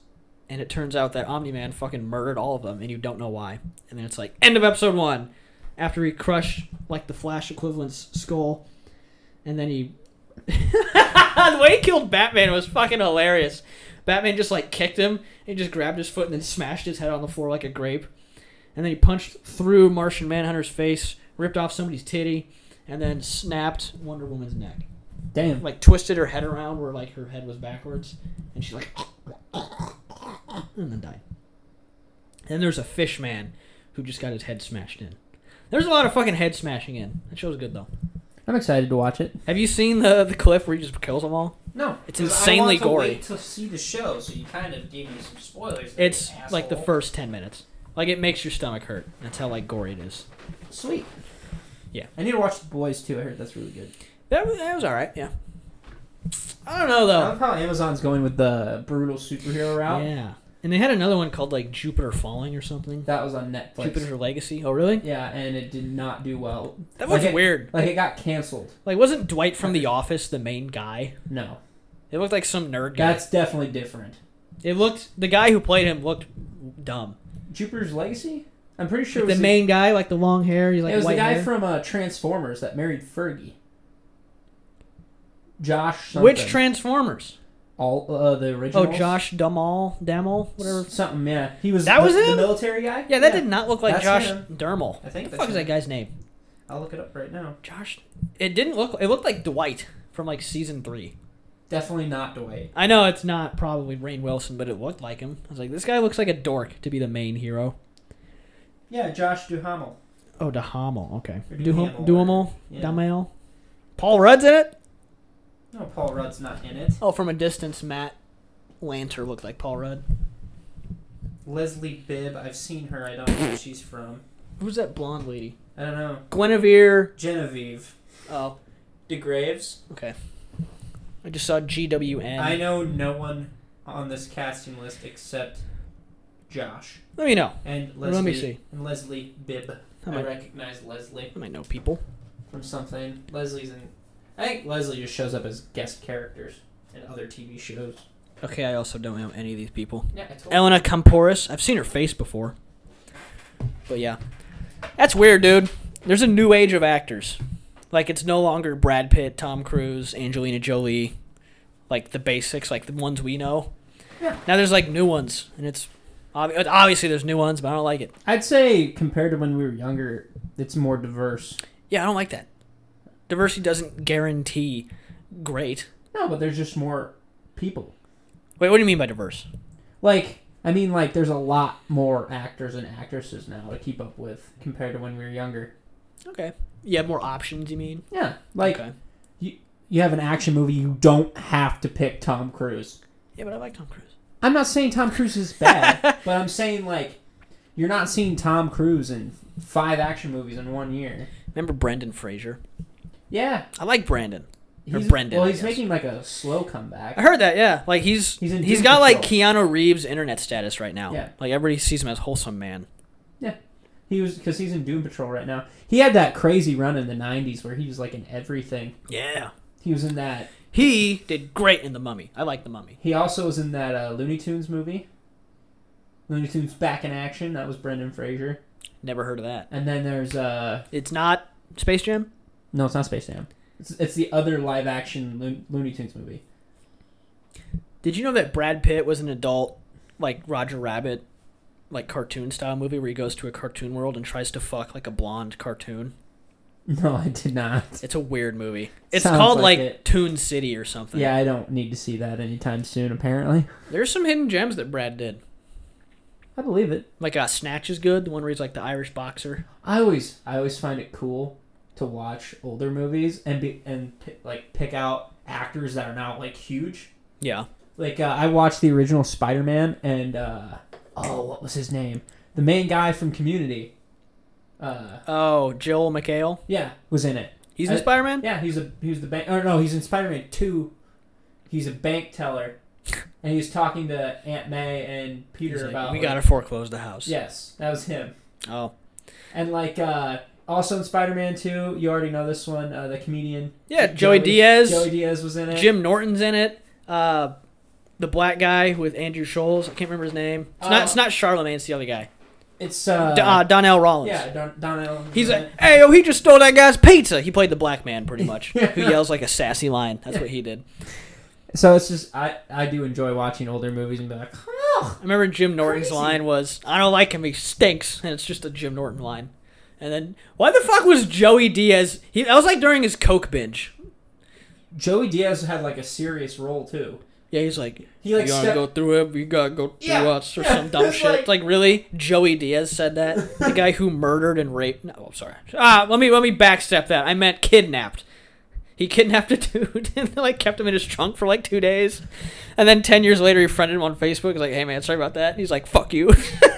and it turns out that Omni Man fucking murdered all of them, and you don't know why. And then it's like end of episode one, after he crushed like the Flash equivalent's skull, and then he. the way he killed Batman was fucking hilarious. Batman just like kicked him and he just grabbed his foot and then smashed his head on the floor like a grape. And then he punched through Martian Manhunter's face, ripped off somebody's titty, and then snapped Wonder Woman's neck.
Damn.
Like twisted her head around where like her head was backwards, and she like and then died. Then there's a fish man who just got his head smashed in. There's a lot of fucking head smashing in. That show's good though.
I'm excited to watch it.
Have you seen the the cliff where he just kills them all?
No,
It's
'cause
insanely
I want to
gory.
Wait to see the show, so you kind of gave me some spoilers. there,
It's
you
like the
asshole.
first ten minutes. Like it makes your stomach hurt. That's how like gory it is.
Sweet.
Yeah.
I need to watch the boys too. I heard that's really good.
That was, that was all right. Yeah. I don't know
I
though.
love how Amazon's going with the brutal superhero route.
Oh. Yeah. And they had another one called like Jupiter Falling or something.
That was on Netflix.
Jupiter Legacy. Oh really?
Yeah, and it did not do well.
That was
Like it-
weird.
Like it got canceled.
Like wasn't Dwight from The Office the main guy?
No,
It looked like some nerd guy.
that's definitely different.
It looked the guy who played him looked dumb.
Jupiter's Legacy. I'm pretty sure it
the
was
main guy, like the long hair, he's
The,
like
it was the
white
guy
hair.
from uh, Transformers that married Fergie. Josh. Something.
Which Transformers?
All uh, the original.
Oh, Josh Dumal, Damal, whatever.
Something. Yeah, he was.
That
the,
was him?
The military guy.
Yeah, that did not look like
That's
Josh
him.
Dermal.
I think
the
that's
fuck is that
him.
guy's name?
I'll look it up right now.
Josh. It didn't look. It looked like Dwight from like season three.
Definitely not Dwight.
I know it's not probably Rain Wilson, but it looked like him. I was like, this guy looks like a dork to be the main hero.
Yeah, Josh Duhamel.
Oh, Duhamel. Okay.
Or
Duhamel.
Duhamel.
Duhamel.
Yeah.
Duhamel. Paul Rudd's in it.
No, Paul Rudd's not in it.
Oh, from a distance, Matt Lanter looked like Paul Rudd.
Leslie Bibb. I've seen her. I don't know where she's from.
Who's that blonde lady?
I don't know.
Guinevere.
Genevieve
Oh,
DeGraves.
okay. I just saw GWN.
I know no one on this casting list except Josh
Let me know.
and Leslie.
Let me see.
And Leslie Bibb.
I
I,
might-
recognize Leslie
I might know people.
from something. Leslie's in. I think Leslie just shows up as guest characters in other TV shows.
Okay, I also don't know any of these people.
Yeah, I told
Elena Camporis. I've seen her face before. But yeah. That's weird, dude. There's a new age of actors. Like it's no longer Brad Pitt, Tom Cruise, Angelina Jolie, like the basics, like the ones we know.
Yeah.
Now there's like new ones, and it's obvi- uh, obviously there's new ones, but I don't like it.
I'd say compared to when we were younger, it's more diverse.
Yeah, I don't like that. Diversity doesn't guarantee great.
No, but there's just more people.
Wait, what do you mean by diverse?
Like, I mean, like, there's a lot more actors and actresses now to keep up with compared to when we were younger.
Okay. You have more options, you mean?
Yeah, like,
okay.
you have an action movie, you don't have to pick Tom Cruise.
Yeah, but I like Tom Cruise.
I'm not saying Tom Cruise is bad, but I'm saying like you're not seeing Tom Cruise in five action movies in one year.
Remember Brendan Fraser?
Yeah,
I like Brandon. Or
he's
Brendan,
Well,
I
he's
guess.
making like a slow comeback.
I heard that, yeah. Like he's
He's in
he's
Doom
got like
Patrol.
Keanu Reeves internet status right now.
Yeah.
Like everybody sees him as wholesome man.
He was because he's in Doom Patrol right now. He had that crazy run in the '90s where he was like in everything.
Yeah.
He was in that.
He did great in the mummy. I like the mummy.
He also was in that uh, Looney Tunes movie. Looney Tunes Back in Action. That was Brendan Fraser.
Never heard of that.
And then there's uh
It's not Space Jam?
no, it's not Space Jam. It's, it's the other live action Loon Looney Tunes movie.
Did you know that Brad Pitt was an adult, like Roger Rabbit, like cartoon style movie where he goes to a cartoon world and tries to fuck like a blonde cartoon?
No, I did not.
It's a weird movie. It's
Sounds
called like,
like
like
it.
Toon City or something.
Yeah, I don't need to see that anytime soon, apparently.
There's some hidden gems that Brad did.
I believe it.
Like uh, Snatch is good, the one where he's like the Irish boxer.
I always I always find it cool to watch older movies and be and pi like pick out actors that are not like huge.
Yeah.
Like uh, I watched the original Spider-Man and uh oh, what was his name? The main guy from Community. Uh
Oh, Joel McHale.
yeah, was in it.
He's in
I-
Spider Man?
Yeah, he's a he's the bank. Or no, he's in Spider Man Two. He's a bank teller, and he's talking to Aunt May and Peter about.
we
like-
gotta foreclose the house.
Yes, that was him.
Oh.
And like uh also in Spider Man Two, you already know this one. Uh, the comedian
Yeah, Joey, Diaz.
Joey Diaz was in it.
Jim Norton's in it. Uh, the black guy with Andrew Scholes. I can't remember his name. It's not.
Oh.
It's not Charlemagne. It's the other guy.
It's uh,
D- uh, Donnell Rollins.
yeah, Don, Donnell.
He's like, hey, yo, he just stole that guy's pizza. He played the black man pretty much, who yells like a sassy line. That's what he did.
so it's just I I do enjoy watching older movies and be like, oh,
I remember Jim Norton's
Crazy.
line was, "I don't like him. He stinks," and it's just a Jim Norton line. And then why the fuck was Joey Diaz? He that was like during his coke binge.
Joey Diaz had like a serious role too.
Yeah, he's like,
He like
"You gotta
stepped-
go through it. You gotta go through
Yeah,
us or
yeah,
some dumb
it's
shit." Like,
like-
really, Joey Diaz said that the guy who murdered and raped. No, I'm sorry. Ah, let me let me backstep that. I meant kidnapped. He kidnapped a dude and like kept him in his trunk for like two days, and then ten years later he friended him on Facebook. He's like, "Hey man, sorry about that." He's like, "Fuck you."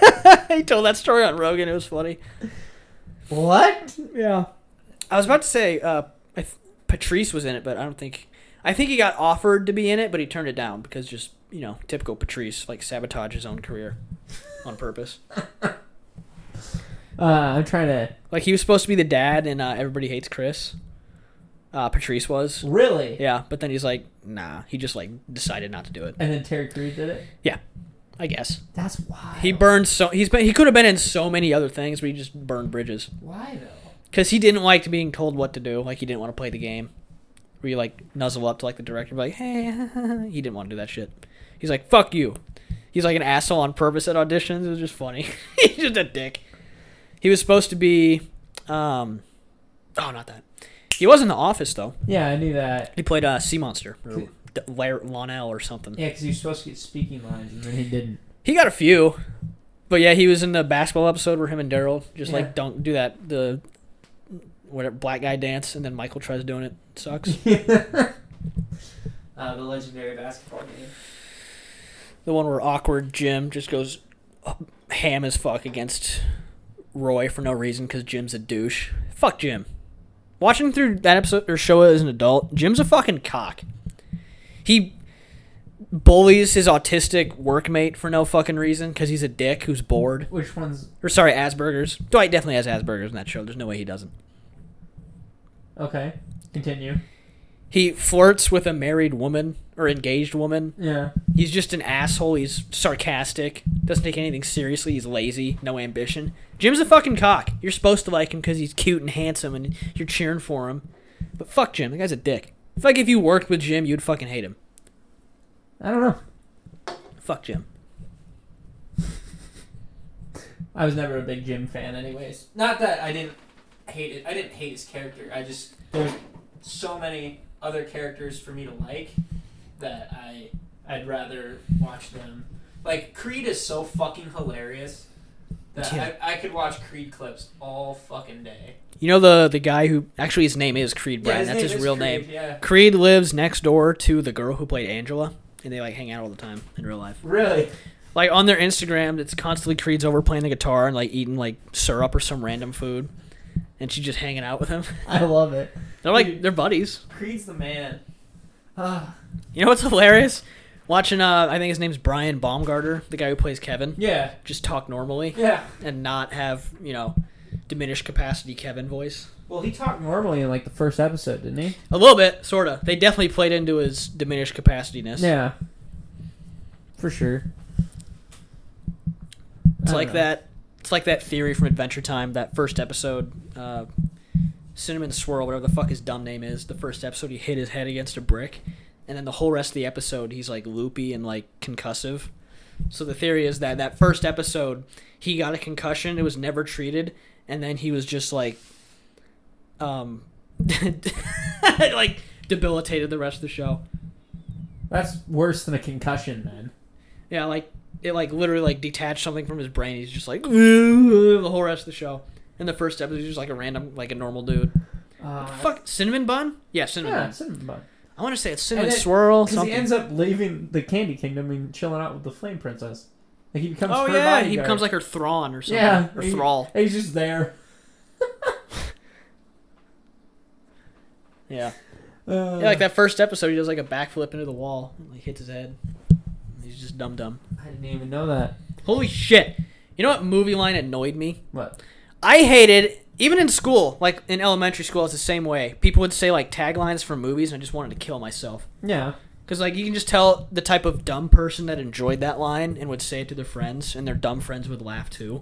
he told that story on Rogan. It was funny.
What?
Yeah.
I was about to say uh, I th- Patrice was in it, but I don't think. I think he got offered to be in it, but he turned it down because just you know typical Patrice, like sabotage his own career on purpose.
Uh, I'm trying to
Like he was supposed to be the dad, and uh, everybody hates Chris. Uh, Patrice was,
really.
yeah, but then he's like, nah. He just like decided not to do it.
And then Terry Crews did it.
I guess
That's wild.
he burned so he's been he could have been in so many other things, but he just burned bridges
Why though?
because he didn't like being told what to do. Like he didn't want to play the game. Where you like nuzzle up to like the director, and be like, hey, he didn't want to do that shit. He's like, fuck you. He's like an asshole on purpose at auditions. It was just funny. He's just a dick. He was supposed to be, um, oh, not that. He was in The Office though.
Yeah, I knew that.
He played uh, Sea Monster or
Cool.
D- Lar- Lonell or something.
Yeah, because he was supposed to get speaking lines and then he didn't.
He got a few, but yeah, he was in the basketball episode where him and Daryl just
Yeah.
like don't do that the whatever black guy dance, and then Michael tries doing it. Sucks.
uh, the legendary basketball game.
the one where awkward Jim just goes up- ham as fuck against Roy for no reason because Jim's a douche. Fuck Jim. Watching through that episode or show as an adult, Jim's a fucking cock. He bullies his autistic workmate for no fucking reason because he's a dick who's bored.
Which one's
Or sorry, Asperger's. Dwight definitely has Asperger's in that show. There's no way he doesn't.
okay? Continue.
He flirts with a married woman or engaged woman.
Yeah.
He's just an asshole. He's sarcastic. Doesn't take anything seriously. He's lazy. No ambition. Jim's a fucking cock. You're supposed to like him because he's cute and handsome and you're cheering for him. But fuck Jim. The guy's a dick. It's like if you worked with Jim, you'd fucking hate him.
I don't know.
Fuck Jim.
I was never a big Jim fan, anyways. Not that I didn't hate it. I didn't hate his character. I just there's so many other characters for me to like that I I'd rather watch them. Like Creed is so fucking hilarious that
Yeah.
I, I could watch Creed clips all fucking day.
You know the the guy who actually his name is Creed
Yeah,
Bratton. That's his
is
real
Creed,
name.
Yeah.
Creed lives next door to the girl who played Angela, and they like hang out all the time in real life.
Really?
like on their Instagram, it's constantly Creed's over playing the guitar and like eating like syrup or some random food, and she's just hanging out with him.
I love it.
They're like they're buddies.
Creed's the man. Ah.
You know what's hilarious? Watching uh, I think his name's Brian Baumgartner, the guy who plays Kevin,
yeah.
just talk normally
Yeah.
and not have you know diminished capacity Kevin voice.
Well, he talked normally in like the first episode, didn't he?
A little bit, sorta. They definitely played into his diminished capacityness.
Yeah. For sure.
It's
I
like
don't know.
that. It's like that theory from Adventure Time. That first episode, uh, Cinnamon Swirl, whatever the fuck his dumb name is. The first episode, he hit his head against a brick, and then the whole rest of the episode, he's like loopy and like concussive. So the theory is that that first episode, he got a concussion. It was never treated, and then he was just like, um, like debilitated the rest of the show.
That's worse than a concussion, then.
Yeah, like it like literally like detached something from his brain. He's just like the whole rest of the show. In the first episode, he's just like a random, like a normal dude.
Uh,
Fuck cinnamon bun? Yeah, cinnamon
Yeah,
bun.
cinnamon bun.
I want to say it's cinnamon
And it-
swirl.
Because he
Something.
ends up leaving the Candy Kingdom and chilling out with the Flame Princess. Like he becomes.
oh
her
yeah, he
bodyguard.
becomes like her Thrawn or something,
Yeah,
or
he-
Thrall.
He's just there.
Yeah.
Uh,
yeah, like that first episode, he does like a backflip into the wall, and, like hits his head. He's just dumb dumb.
I didn't even know that.
Holy shit! You know what movie line annoyed me?
What?
I hated even in school, like in elementary school, it's the same way. People would say like taglines from movies, and I just wanted to kill myself.
Yeah.
Because Because like you can just tell the type of dumb person that enjoyed that line and would say it to their friends, and their dumb friends would laugh too.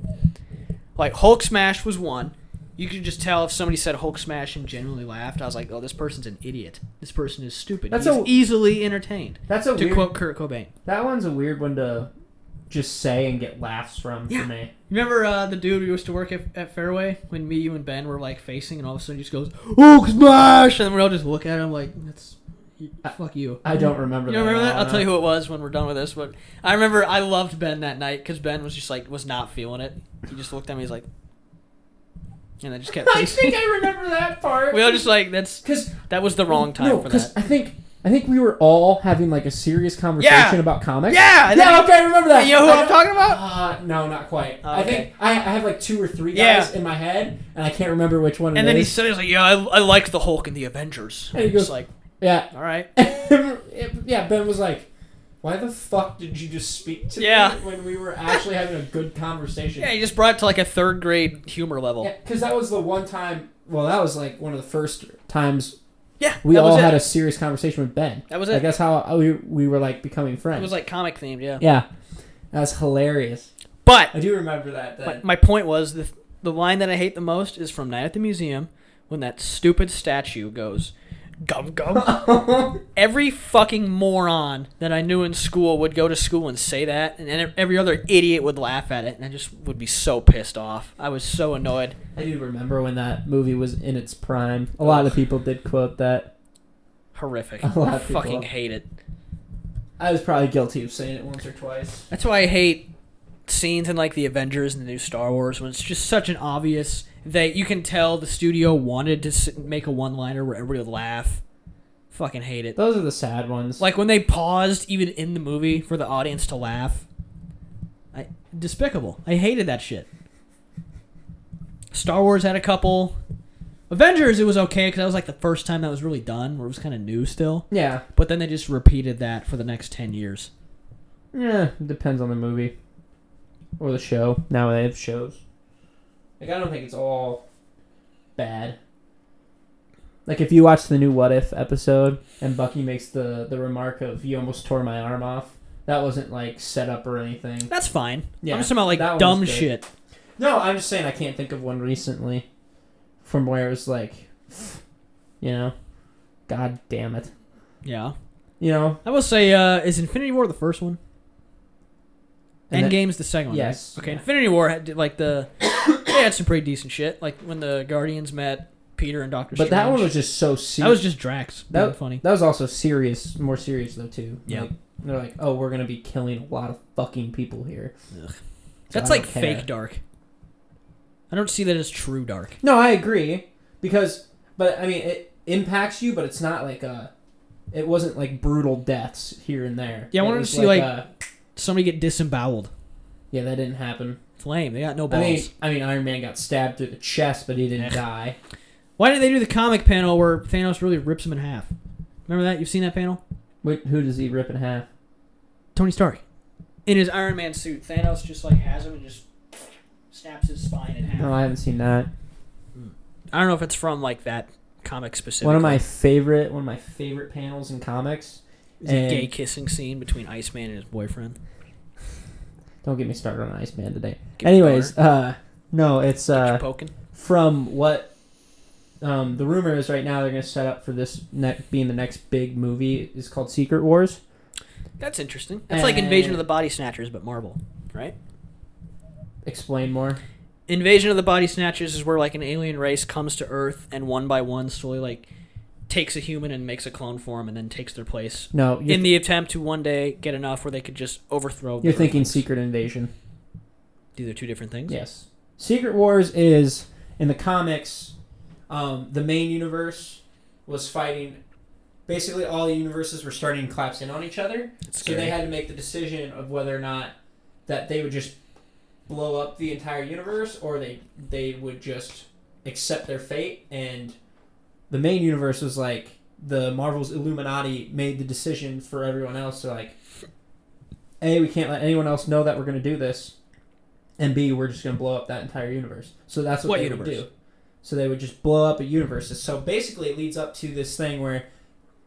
Like Hulk smash was one. You could just tell if somebody said Hulk smash and genuinely laughed. I was like, oh, this person's an idiot. This person is stupid.
That's
He's
a-
easily entertained.
That's a
To
weird.
quote Kurt Cobain.
that one's a weird one to just say and get laughs from
Yeah.
for me.
Remember uh, the dude who used to work at, at Fairway when me, you, and Ben were like facing, and all of a sudden he just goes, "Hulk smash!" and we all just look at him like, "That's fuck you."
I don't remember.
You
that
don't remember
at
that?
all,
I'll
no.
tell you who it was when we're done with this. But I remember I loved Ben that night because Ben was just like was not feeling it. He just looked at me. He's like, and I just kept.
I
Facing.
think I remember that part.
we all just like that's
because
that was the wrong time
no,
for
'cause
that.
I think I think we were all having like a serious conversation about comics.
Yeah, and
Yeah,
then-
okay, I remember that.
You know who
I
I'm
don't-
talking about?
Uh, no, not quite.
Oh,
I
okay.
think I, I have like two or three
Yeah.
guys in my head, and I can't remember which one.
And
it
then he
is.
said, "He's like, yeah, I, I like the Hulk and the Avengers."
And he
I'm just
goes-
like,
yeah,
all right.
yeah. Ben was like, "Why the fuck did you just speak to
Yeah.
me when we were actually having a good conversation?"
Yeah, he just brought it to like a third grade humor level.
because that was the one time. Well, that was like one of the first times
Yeah,
we
that
all
was
had
it.
a serious conversation with Ben.
That was
Like
it.
that's how we we were like becoming
It
friends.
was like comic themed, yeah.
yeah, that was hilarious.
But
I do remember that. Then.
my, my point was the the line that I hate the most is from Night at the Museum when that stupid statue goes gum gum. every fucking moron that I knew in school would go to school and say that, and then every other idiot would laugh at it, and I just would be so pissed off. I was so annoyed.
I do remember when that movie was in its prime. A lot of people did quote that.
Horrific.
A lot
I
of people.
fucking hate it.
I was probably guilty of saying it once or twice.
That's why I hate scenes in like the Avengers and the new Star Wars when it's just such an obvious that you can tell the studio wanted to s- make a one-liner where everybody would laugh. Fucking hate it.
Those are the sad ones.
Like when they paused even in the movie for the audience to laugh. I despicable. I hated that shit. Star Wars had a couple. Avengers it was okay because that was like the first time that was really done where it was kind of new still.
yeah,
But then they just repeated that for the next ten years.
yeah, it depends on the movie or the show. Now they have shows. Like I don't think it's all bad. Like if you watch the new What If episode and Bucky makes the the remark of "You almost tore my arm off," that wasn't like set up or anything.
That's fine.
Yeah,
I'm just talking about like
that one's
dumb
good.
shit.
No, I'm just saying I can't think of one recently from where it was like, you know, God damn it,
Yeah.
you know.
I will say, uh, is Infinity War the first one?
And then-
Endgame's the second one. right?
Yes.
Okay,
Yeah.
Infinity War had like the they had some pretty decent shit. Like when the Guardians met Peter and Doctor.
But that
Strange.
one was just so serious.
that was just Drax.
That-
That was funny.
That was also serious, more serious though too.
Yeah.
Like, they're like, oh, we're gonna be killing a lot of fucking people here.
Ugh.
So
That's
I
like
don't care.
fake dark. I don't see that as true dark.
No, I agree because, but I mean, it impacts you, but it's not like a. It wasn't like brutal deaths here and there.
Yeah, I
It
wanted to
was
see, like-
a-
Somebody get disemboweled.
yeah, that didn't happen.
It's lame. They got no
I
balls.
mean, I mean, Iron Man got stabbed through the chest, but he didn't
Ugh.
die.
Why did they do the comic panel where Thanos really rips him in half? Remember that? You've seen that panel?
Wait, who does he rip in half?
Tony Stark. In his Iron Man suit, Thanos just like has him and just snaps his spine in half.
No, I haven't seen that.
I don't know if it's from like that comic specific.
One of my favorite, one of my favorite panels in comics. and-
gay kissing scene between Iceman and his boyfriend.
Don't get me started on Iceman today.
Get me
Anyways, uh, no, it's
Get you
uh,
poking.
from what um, the rumor is right now. They're going to set up for this ne- being the next big movie is called Secret Wars.
That's interesting. That's like Invasion of the Body Snatchers, but Marvel, right?
Explain more.
Invasion of the Body Snatchers is where like an alien race comes to Earth and one by one slowly like takes a human and makes a clone for him and then takes their place
No, you're,
in the attempt to one day get enough where they could just overthrow. the
you're thinking
Earthlings.
Secret Invasion.
These are two different things.
Yes, Secret Wars is in the comics. Um, the main universe was fighting. Basically, all the universes were starting to collapse in on each other.
It's
So they had to make the decision of whether or not that they would just blow up the entire universe or they they would just accept their fate and the main universe was like the Marvel's Illuminati made the decision for everyone else to like A we can't let anyone else know that we're going to do this and B we're just going to blow up that entire universe. So that's what,
What
they would
universe?
do. So they would just blow up a universe. So basically it leads up to this thing where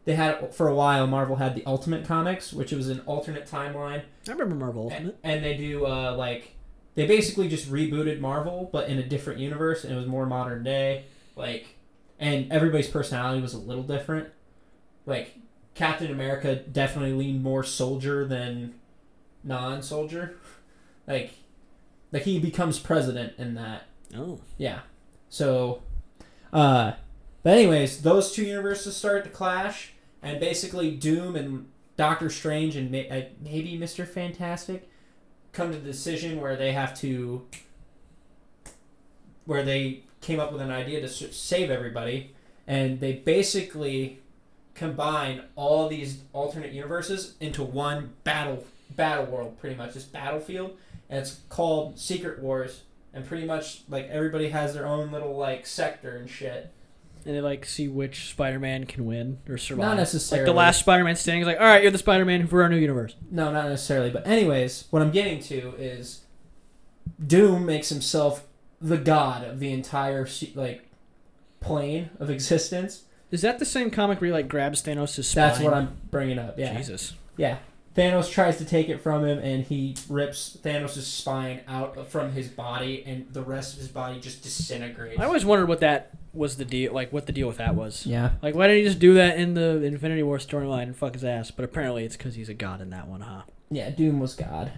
They had for a while. Marvel had the Ultimate Comics, which was an alternate timeline,
I remember Marvel
and,
Ultimate.
and they do uh, like they basically just rebooted Marvel, but in a different universe, and it was more modern day. Like, and everybody's personality was a little different. Like Captain America definitely leaned more soldier than non-soldier. Like, like he becomes president in that.
Oh,
Yeah. So, uh, but anyways, those two universes start to clash, and basically Doom and Doctor Strange and may- uh, maybe Mister Fantastic come to the decision where they have to, where they came up with an idea to s- save everybody, and they basically combine all these alternate universes into one battle battle world, pretty much this battlefield, and it's called Secret Wars and pretty much like everybody has their own little like sector and shit.
and they like see which Spider-Man can win or survive.
Not
Like
necessarily.
the last Spider-Man standing is like, all right, you're the Spider-Man for our new universe.
No, not necessarily. But anyways, what I'm getting to is Doom makes himself the god of the entire se- like plane of existence.
Is that the same comic where he like grabs Thanos' spine?
That's what I'm bringing up. Yeah.
Jesus.
Yeah. Thanos tries to take it from him, and he rips Thanos' spine out from his body, and the rest of his body just disintegrates.
I always wondered what that was the deal, like what the deal with that was.
yeah.
Like, why didn't he just do that in the Infinity War storyline and fuck his ass? But apparently, it's because he's a god in that one, huh?
Yeah. Doom was god.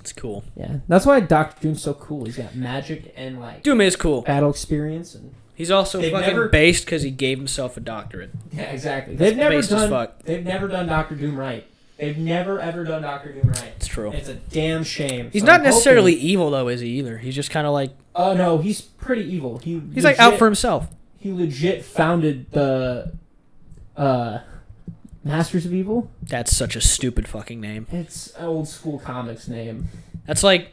It's cool.
Yeah. That's why Doctor Doom's so cool. He's got magic and like
Doom is cool.
battle experience and
He's also
They've
fucking
never-
based because he gave himself a doctorate.
Yeah, exactly. They've never
based as
done.
fuck.
They've never done Doctor Doom right. They've never ever done Doctor Doom right.
It's true.
It's a damn shame.
He's
So
not
I'm hoping-
necessarily evil though, is he either? He's just kind of like
Oh no, he's pretty evil. He
he's like out for himself.
He legit founded the, uh, Masters of Evil.
That's such a stupid fucking name.
It's an old school comics name.
That's like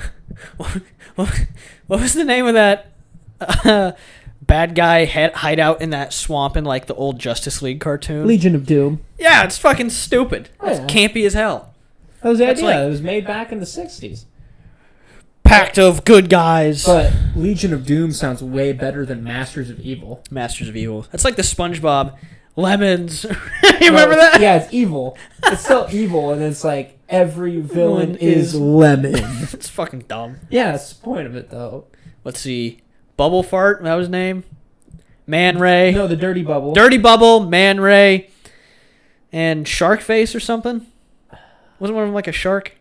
what, what, what was the name of that uh, bad guy head, hideout in that swamp in like the old Justice League cartoon?
Legion of Doom.
Yeah, it's fucking stupid.
Oh,
It's
yeah.
campy as hell.
That was the
That's
idea.
like-
it was made back in the '60s.
Pact of good guys.
But Legion of Doom sounds way better than Masters of Evil.
Masters of Evil. That's like the SpongeBob lemons. you remember
No,
that?
Yeah, it's evil. It's still evil, and it's like every villain
Villain is-
is lemon.
it's fucking dumb.
Yeah, that's the point of it, though.
Let's see. Bubble Fart, that was his name. Man Ray.
No, the dirty bubble.
Dirty Bubble, Man Ray, and Shark Face or something. Wasn't one of them like a shark?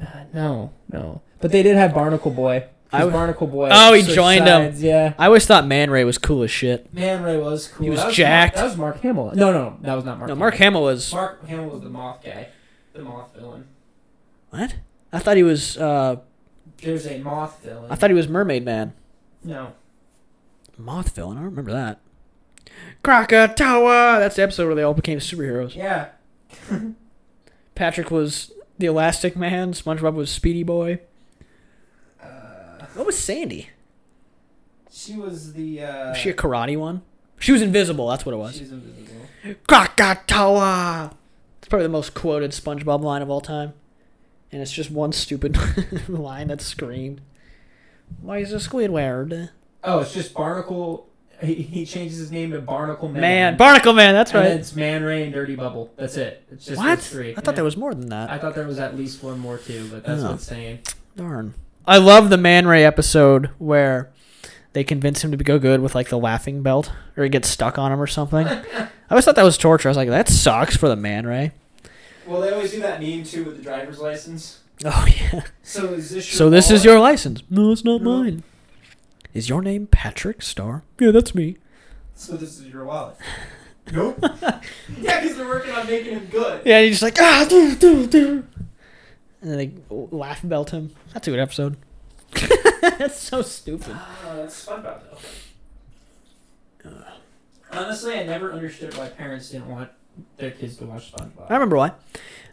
Uh, no, no. But they did have Barnacle Boy. 'Cause
I w-
Barnacle Boy.
Oh, he
switched
joined 'em.
sides, Yeah.
I always thought Man Ray was cool as shit.
Man Ray was cool.
He was
That
jacked.
Mark, that was Mark Hamill. No, no, no, that was not Mark.
No, Mark Hamill was.
Hamill. Mark Hamill was the moth guy, the moth villain.
What? I thought he was. Uh,
There's a moth villain.
I thought he was Mermaid Man.
no.
Moth villain. I don't remember that. Krakatoa. That's the episode where they all became superheroes.
Yeah.
Patrick was the Elastic Man. SpongeBob was Speedy Boy.
Uh,
What was Sandy?
she was the. Uh,
Was Oh, she a karate one? She was invisible. That's what it was.
She's invisible.
Krakatoa. It's probably the most quoted SpongeBob line of all time, and it's just one stupid line that's screamed. Why is it Squidward?
Oh, it's just Barnacle. He, he changes his name to Barnacle Man.
Man, Barnacle Man. That's
and
right.
it's Man Ray and Dirty Bubble. That's it. It's just
What?
those three.
I thought
Yeah.
there was more than that.
I thought there was at least one more too, but that's
Oh.
what it's saying.
Darn. I love the Man Ray episode where they convince him to go good with like the laughing belt, or he gets stuck on him or something. I always thought that was torture. I was like, that sucks for the Man Ray.
Well, they always do that meme too with the driver's license.
Oh yeah.
So is this?
So this is your license? No, it's not
No.
mine. Is your name Patrick Star? Yeah, that's me.
So this is your wallet. Nope. yeah, because they're working on making him good.
Yeah, he's just like ah, do, do, do. and then they laugh belt him. That's a good episode. That's so stupid.
Oh, that's SpongeBob though. Honestly, I never understood why parents didn't want their kids to watch SpongeBob.
I remember why.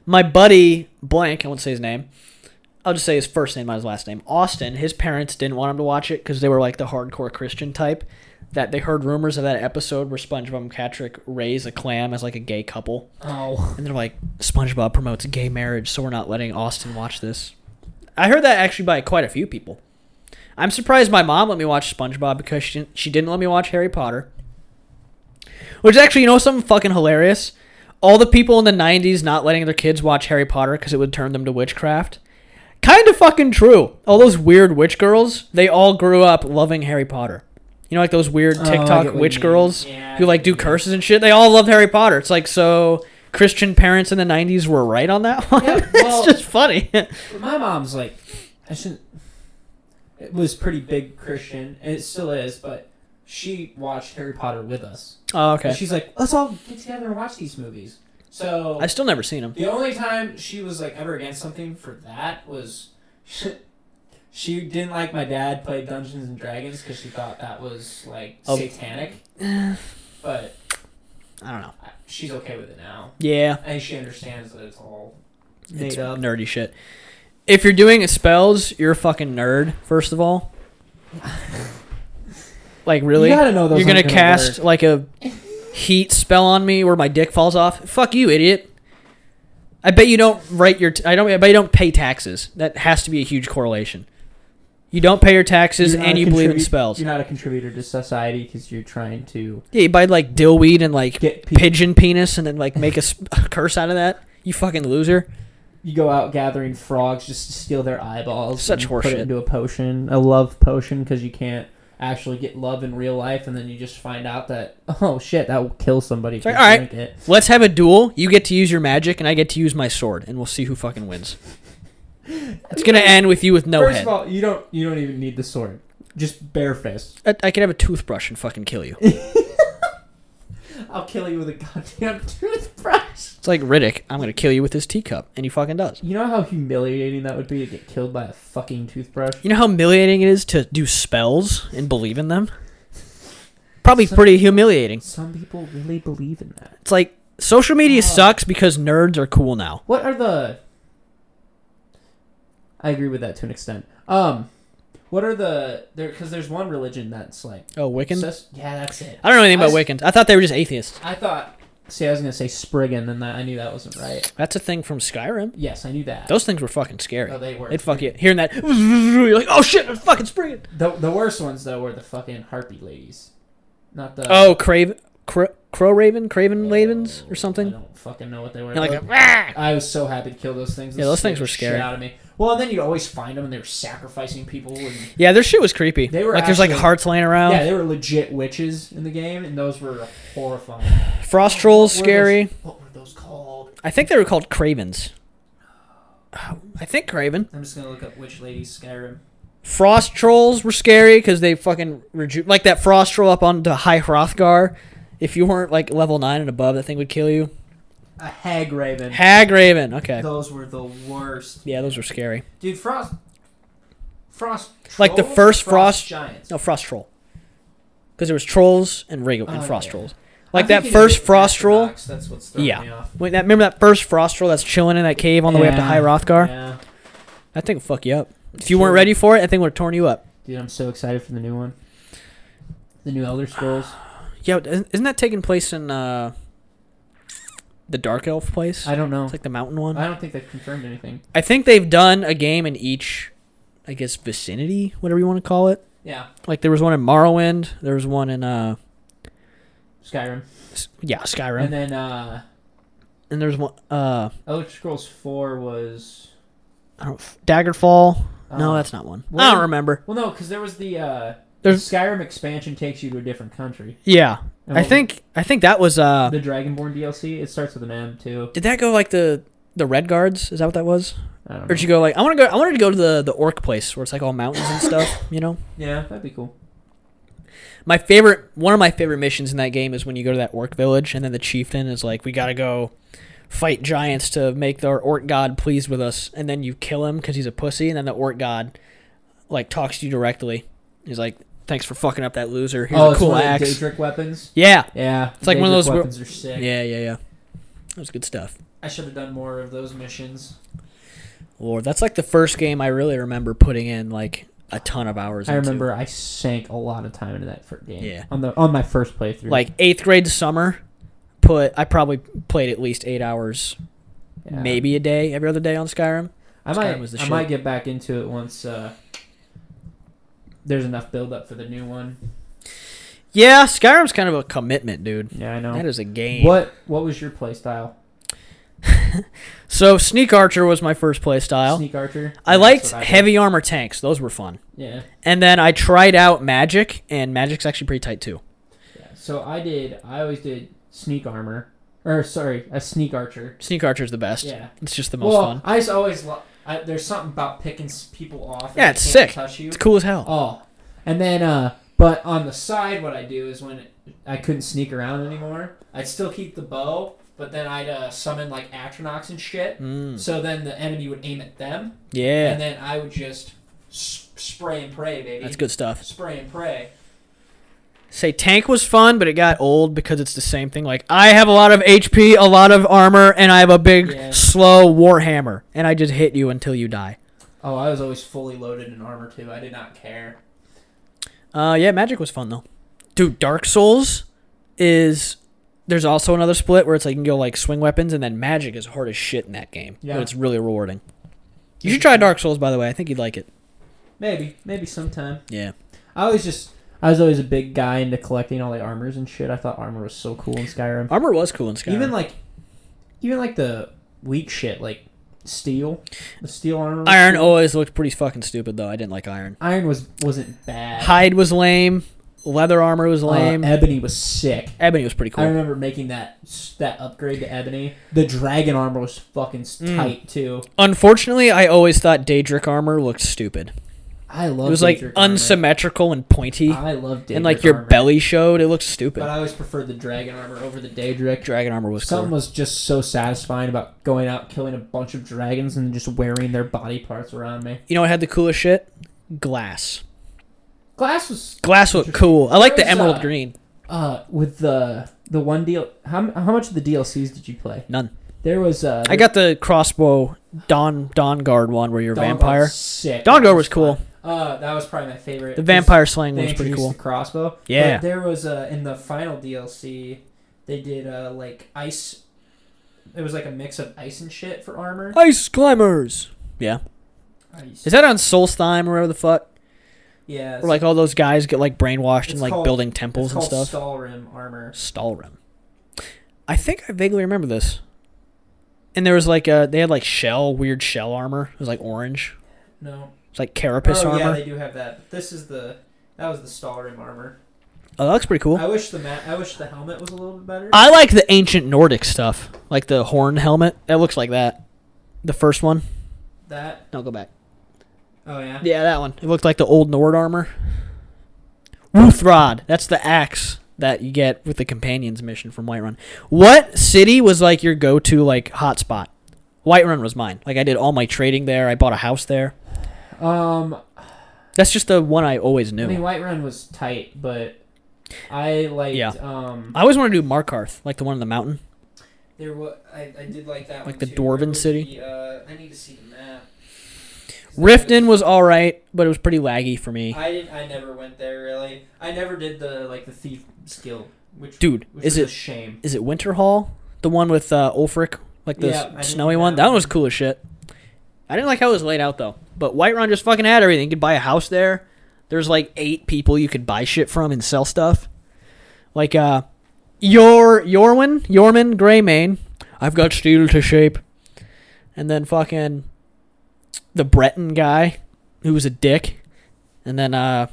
My buddy blank, I won't say his name. I'll just say his first name, not his last name. Austin. His parents didn't want him to watch it because they were like the hardcore Christian type. That they heard rumors of that episode where SpongeBob and Patrick raise a clam as like a gay couple,
Oh,
and they're like, SpongeBob promotes gay marriage, so we're not letting Austin watch this. I heard that actually by quite a few people. I'm surprised my mom let me watch SpongeBob because she didn't, she didn't let me watch Harry Potter. Which actually, you know, something fucking hilarious. All the people in the '90s not letting their kids watch Harry Potter because it would turn them to witchcraft. Kind of fucking true. All those weird witch girls, they all grew up loving Harry Potter. You know, like those weird
Oh, I
TikTok
get what you
witch
mean.
girls
Yeah, I
who like
get
do
what you mean.
curses and shit. They all loved Harry Potter. It's like so Christian parents in the '90s were right on that one.
Yeah, well-
it's just funny.
My mom's like, I shouldn't. It was pretty big Christian, and it still is, but she watched Harry Potter with us.
oh,
And
okay.
She's like, let's all get together and watch these movies. So
I've still never seen him.
the only time she was like ever against something for that was she didn't like my dad play Dungeons and Dragons because she thought that was like
Oh.
satanic. But
I don't know.
I- she's okay with it now,
Yeah,
and she understands that it's all made
it's
up.
nerdy shit. If you're doing spells, you're a fucking nerd. First of all, like really,
You gotta know Oh, those
you're gonna
aren't gonna
cast like a heat spell on me where my dick falls off. Fuck you, idiot. I bet you don't write your. T- I don't. I bet you don't pay taxes. That has to be a huge correlation. You don't pay your taxes
You're not
and
a
you believe in
contribu-
spells.
You're not a contributor to society because you're trying to
Yeah, you buy like dill weed and like
get people.
pigeon penis and then like make a, sp- a curse out of that. You fucking loser.
You go out gathering frogs just to steal their eyeballs.
Such
and Put
horseshit.
it into a potion, a love potion, because you can't actually get love in real life, and then you just find out that oh shit, that will kill somebody.
It's
if
like,
you
all right.
drink it.
Let's have a duel. You get to use your magic, and I get to use my sword, and we'll see who fucking wins. It's gonna end with you with no
First
head.
of all, you don't you don't even need the sword. Just bare fist.
I, I could have a toothbrush and fucking kill you.
I'll kill you with a goddamn toothbrush.
It's like Riddick. I'm gonna kill you with this teacup, and he fucking does.
You know how humiliating that would be to get killed by a fucking toothbrush.
You know how humiliating it is to do spells and believe in them. Probably
So-
pretty humiliating.
Some people really believe in that.
It's like social media
Oh.
sucks because nerds are cool now.
What are the? I agree with that to an extent. Um, what are the there? Because there's one religion that's like.
Oh, Wiccan.
sus- yeah, that's it.
I don't know anything
I
about Wiccans. I thought they were just atheists.
I thought. See, I was gonna say Spriggan, and that I knew that wasn't right.
That's a thing from Skyrim.
Yes, I knew that.
Those things were fucking scary.
oh, they were.
It fuck you. Hearing that, you're like, oh shit, I'm fucking springing.
the the worst ones though were the fucking harpy ladies, not the.
Oh, Crave, Cro- Crow Raven, Craven Ravens,
Oh,
or
I
something.
don't fucking know what they were.
And like,
Those-
"Rah!"
I was so happy to kill those things.
Yeah,
They
those things
scared
were
the
scary.
Shit out of me. Well, and then you'd always find them, and they were sacrificing people. And
yeah, their shit was creepy.
They were
like, there's like
actually-
hearts laying around.
Yeah, they were legit witches in the game, and those were horrifying.
Frost trolls,
What were those-
scary.
What were those called?
I think they were called Cravens. Oh, I think Craven.
I'm just gonna look up Witch Lady Skyrim.
Frost trolls were scary because they fucking reju- like that frost troll up onto High Hrothgar. If you weren't like level nine and above, that thing would kill you.
A hag raven.
Hag Raven. Okay.
Those were the worst,
Yeah, those were scary.
dude. Frost, frost.
Like the
trolls or
first Frost-
giants.
No, frost troll. Because there was trolls and regular and
Oh,
frost
yeah.
trolls.
I'm
Like that
thinking of
first
the
frost troll.
Astaroths, That's what's throwing
Yeah.
me off.
Wait, that remember that first frost troll that's chilling in that cave on the way up to
Yeah.
High Rothgar?
Yeah,
That thing will fuck you up. If you
Sure.
weren't ready for it, that thing would have torn you up.
dude, I'm so excited for the new one. The new Elder Scrolls.
Yeah, isn't isn't that taking place in uh, the Dark Elf place?
I don't know.
It's like the mountain one.
I don't think they've confirmed anything.
I think they've done a game in each, I guess, vicinity, whatever you want to call it.
Yeah,
Like there was one in Morrowind, there was one in uh,
Skyrim.
S- yeah, Skyrim,
And then uh,
and there's one uh,
Elder Scrolls Four was.
I don't Daggerfall. no,
uh,
that's not one.
well-
I don't remember.
Well, no, because there was the uh,
There's
Skyrim expansion takes you to a different country.
yeah.
And
I
what-
think I think that was uh,
the Dragonborn DLC. It starts with an M too.
Did that go like the the Red Guards? Is that what that was?
I don't know.
Or did you go like I want to go? I wanted to go to the the Orc place where it's like all mountains and stuff. You know,
yeah, that'd be cool.
my favorite one of my favorite missions in that game is when you go to that Orc village and then the chieftain is like, we gotta go fight giants to make our Orc god pleased with us, and then you kill him because he's a pussy, and then the Orc god like talks to you directly. He's like, thanks for fucking up that loser. Here's a
Oh, it's
cool
one of the
axe.
Daedric weapons.
yeah,
Yeah,
It's like one of
Daedric
those where-
weapons are sick.
yeah, yeah, yeah. That was good stuff.
I should have done more of those missions.
Lord, that's like the first game I really remember putting in like a ton of hours.
I
into.
remember I sank a lot of time into that first game.
Yeah.
on the on my first playthrough.
like eighth grade summer put i probably played at least eight hours
Yeah.
maybe a day every other day on skyrim
I
Skyrim
might
was the
I
shit.
might get back into it once uh, there's enough build up for the new one.
Yeah, Skyrim's kind of a commitment, dude.
Yeah, I
That
know.
is a game.
What What was your play style?
So Sneak Archer was my first play style.
Sneak archer.
I
That's
liked
what I did.
heavy armor tanks. Those were fun.
Yeah.
And then I tried out Magic, and Magic's actually pretty tight too.
yeah. So I did. I always did sneak armor, or sorry, a sneak archer.
Sneak Archer's the best.
Yeah.
It's just the most
well,
fun.
I just always lo- I, there's something about picking s- people off. and
Yeah,
they
it's
can't
sick.
Touch you.
It's cool as hell.
Oh, and then uh, but on the side, what I do is when I couldn't sneak around anymore, I'd still keep the bow, but then I'd uh, summon like Atronox and shit.
Mm.
So then the enemy would aim at them,
Yeah,
and then I would just s- spray and pray, baby.
that's good stuff.
Spray and pray.
Say tank was fun, but it got old because it's the same thing. Like I have a lot of HP, a lot of armor, and I have a big
Yeah.
slow warhammer, and I just hit you until you die.
Oh, I was always fully loaded in armor too. I did not care.
Uh, yeah, Magic was fun though. Dude, Dark Souls is there's also another split where it's like you can go like swing weapons, and then Magic is hard as shit in that game.
Yeah.
but it's really rewarding. You should try Dark Souls, by the way. I think you'd like it.
Maybe, maybe sometime.
Yeah.
I always just. I was always a big guy into collecting all the armors and shit. I thought armor was so cool in Skyrim.
Armor was cool in Skyrim.
Even like, even like the weak shit, like steel, the steel armor. was
Iron
cool.
always looked pretty fucking stupid though. I didn't like Iron.
Iron was wasn't bad.
Hide was lame. Leather armor was
Uh,
lame.
ebony was sick.
Ebony was pretty
I
cool.
remember making that that upgrade to ebony. The dragon armor was fucking s
Mm.
tight too.
Unfortunately, I always thought Daedric armor looked stupid.
I
It
love.
was like
Daedric armor.
unsymmetrical and pointy,
I love Daedric
and like your
armor.
belly showed. It looked stupid.
But I always preferred the dragon armor over the Daedric.
Dragon armor was
Something
cool.
was just so satisfying about going out, killing a bunch of dragons, and just wearing their body parts around me.
You know, what had the coolest shit. Glass.
Glass was
Glass looked cool. I like the
There's,
emerald
uh,
green.
uh with the the one deal. How how much of the DLCs did you play?
None.
There was uh.
I got the crossbow Dawn Dawn Guard one where you're a
Dawn Guard
vampire.
was Sick.
Dawn Guard
That
was cool.
fun. Uh, that was probably my favorite.
The
'cause
vampire slaying
they
one was pretty
introduced
cool.
The crossbow.
Yeah.
But there was uh in the final DLC, they did uh like ice. It was like a mix of ice and shit for armor.
Ice climbers.
Ice.
Is that on Solstheim or whatever the fuck?
yeah.
Where like all those guys get like brainwashed and
It's
like
called-
building
it's
temples and
called
stuff.
Stalrim armor.
Stalrim. I think I vaguely remember this. And there was like uh they had like shell weird shell armor. It was like orange.
No.
It's like carapace
oh
armor.
yeah, they do have that. But this is the that was the Stalrim armor.
oh, that looks pretty cool.
I wish the ma- I wish the helmet was a little bit better.
I like the ancient Nordic stuff, like the horn helmet. That looks like that. The first one.
that.
No, go back.
Oh yeah.
Yeah, that one. It looked like the old Nord armor. Ruthrod. That's the axe that you get with the companions mission from Whiterun. What city was like your go-to like hotspot? Whiterun was mine. Like I did all my trading there. I bought a house there.
Um,
That's just the one I always knew.
I mean, White Run was tight, but I liked.
Yeah.
Um,
I always wanted to do Markarth, like the one in the mountain.
There was I, I did like that
Like
one
the
too.
Dwarven
There was
city?
the, uh, I need to see the map. 'Cause
Riften
that
was all right, but it was pretty laggy for
was-
me.
I didn't. I never went there really. I never did the like the thief skill, which
Dude,
which
is
was a
it
shame?
is it Winterhall? The one with uh, Ulfric, like the
Yeah, I
s-
didn't
snowy
do
one.
that
That one was
one.
cool as shit. I didn't like how it was laid out though. But Whiterun just fucking had everything. You could buy a house there. There's like eight people you could buy shit from and sell stuff. Like uh, your Yorwin, Yorman Greymane. I've got steel to shape. And then fucking the Breton guy who was a dick. And then uh,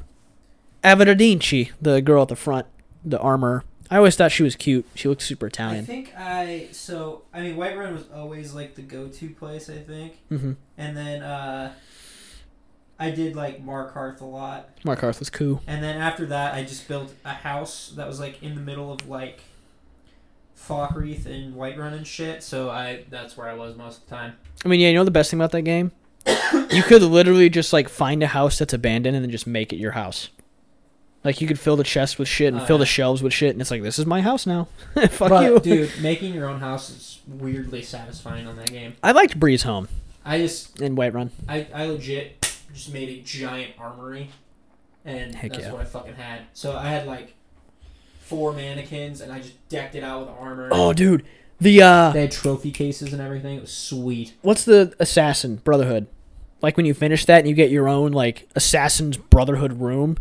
Avidadinci, the girl at the front, the armor. I always thought she was cute. She looked super
I
Italian.
think I so I mean White Run was always like the go-to place I think,
Mm-hmm.
and then uh, I did like Markarth a lot.
Mark Hearth was cool.
And then after that, I just built a house that was like in the middle of like Falkreath and Whiterun and shit. So I that's where I was most of the time.
I mean, yeah, you know the best thing about that game? you could literally just like find a house that's abandoned and then just make it your house. Like you could fill the chest with shit and
Oh,
fill the
yeah.
shelves with shit, and it's like this is my house now. Fuck
but,
you,
dude. Making your own house is weirdly satisfying on that game.
I liked Breeze Home
I just
in Whiterun.
I, I legit just made a giant armory, and
Heck
that's
yeah.
what I fucking had. So I had like four mannequins, and I just decked it out with armor.
Oh, dude, the uh,
They had trophy cases and everything. It was sweet.
what's the Assassin Brotherhood? Like when you finish that and you get your own like Assassin's Brotherhood room,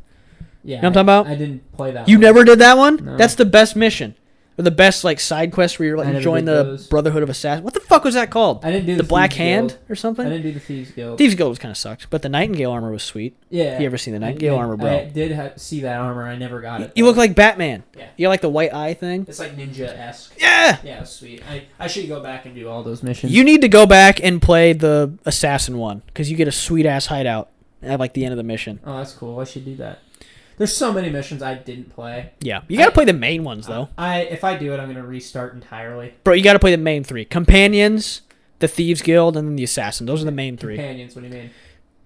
Yeah.
know what I'm
I-
talking about?
I didn't play that.
You
one.
never did that one?
No.
That's the best mission. Or the best like side quest where you're
I
like
never
join
did
the
those.
Brotherhood of Assassins. What the fuck was that called?
I didn't do
The,
the,
Black
Thieves
Hand
Guild.
or
I
something?
didn't do the Thieves Guild.
Thieves Guild was kind of sucked, but the Nightingale armor was sweet.
yeah.
You ever seen the
I
Nightingale
did-
armor, bro?
I did ha- see that armor. I never got
You,
it.
you
though.
look like Batman.
Yeah.
You got, like the white eye thing.
It's like ninja esque.
Yeah.
Yeah, sweet. I, I should go back and do all those missions.
You need to go back and play the assassin one because you get a sweet ass hideout at like the end of the mission.
oh, that's cool. I should do that. There's so many missions I didn't play.
Yeah, you got to
I- Uh,
play the main ones though,
I if I do it, I'm gonna restart entirely.
bro. You got to play the main three: companions, the thieves guild, and then the assassin. Those are the main three.
Companions. What do you mean?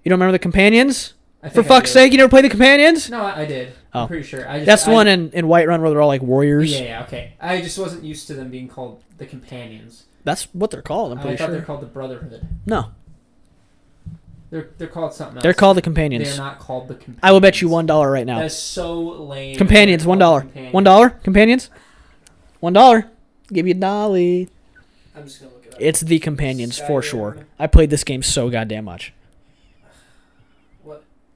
You don't remember the companions?
I
For
think I
fuck's
did.
sake, you never played the companions?
No, I, I did.
Oh.
I'm pretty sure. I just,
That's the
I-
one in in Whiterun where they're all like warriors.
Yeah, yeah, okay. I just wasn't used to them being called the companions.
That's what they're called. I'm
i
pretty
thought
sure.
they're called the Brotherhood.
no,
They're they're called something else.
they're called the
They're
companions.
not called the companions.
I will bet you one dollar right now.
That's so lame.
Companions,
They're
one dollar.
called companions.
One dollar, companions. One dollar. Give you a dolly.
I'm just gonna look it up.
It's the companions for sure.
Skyrim.
I played this game so goddamn much.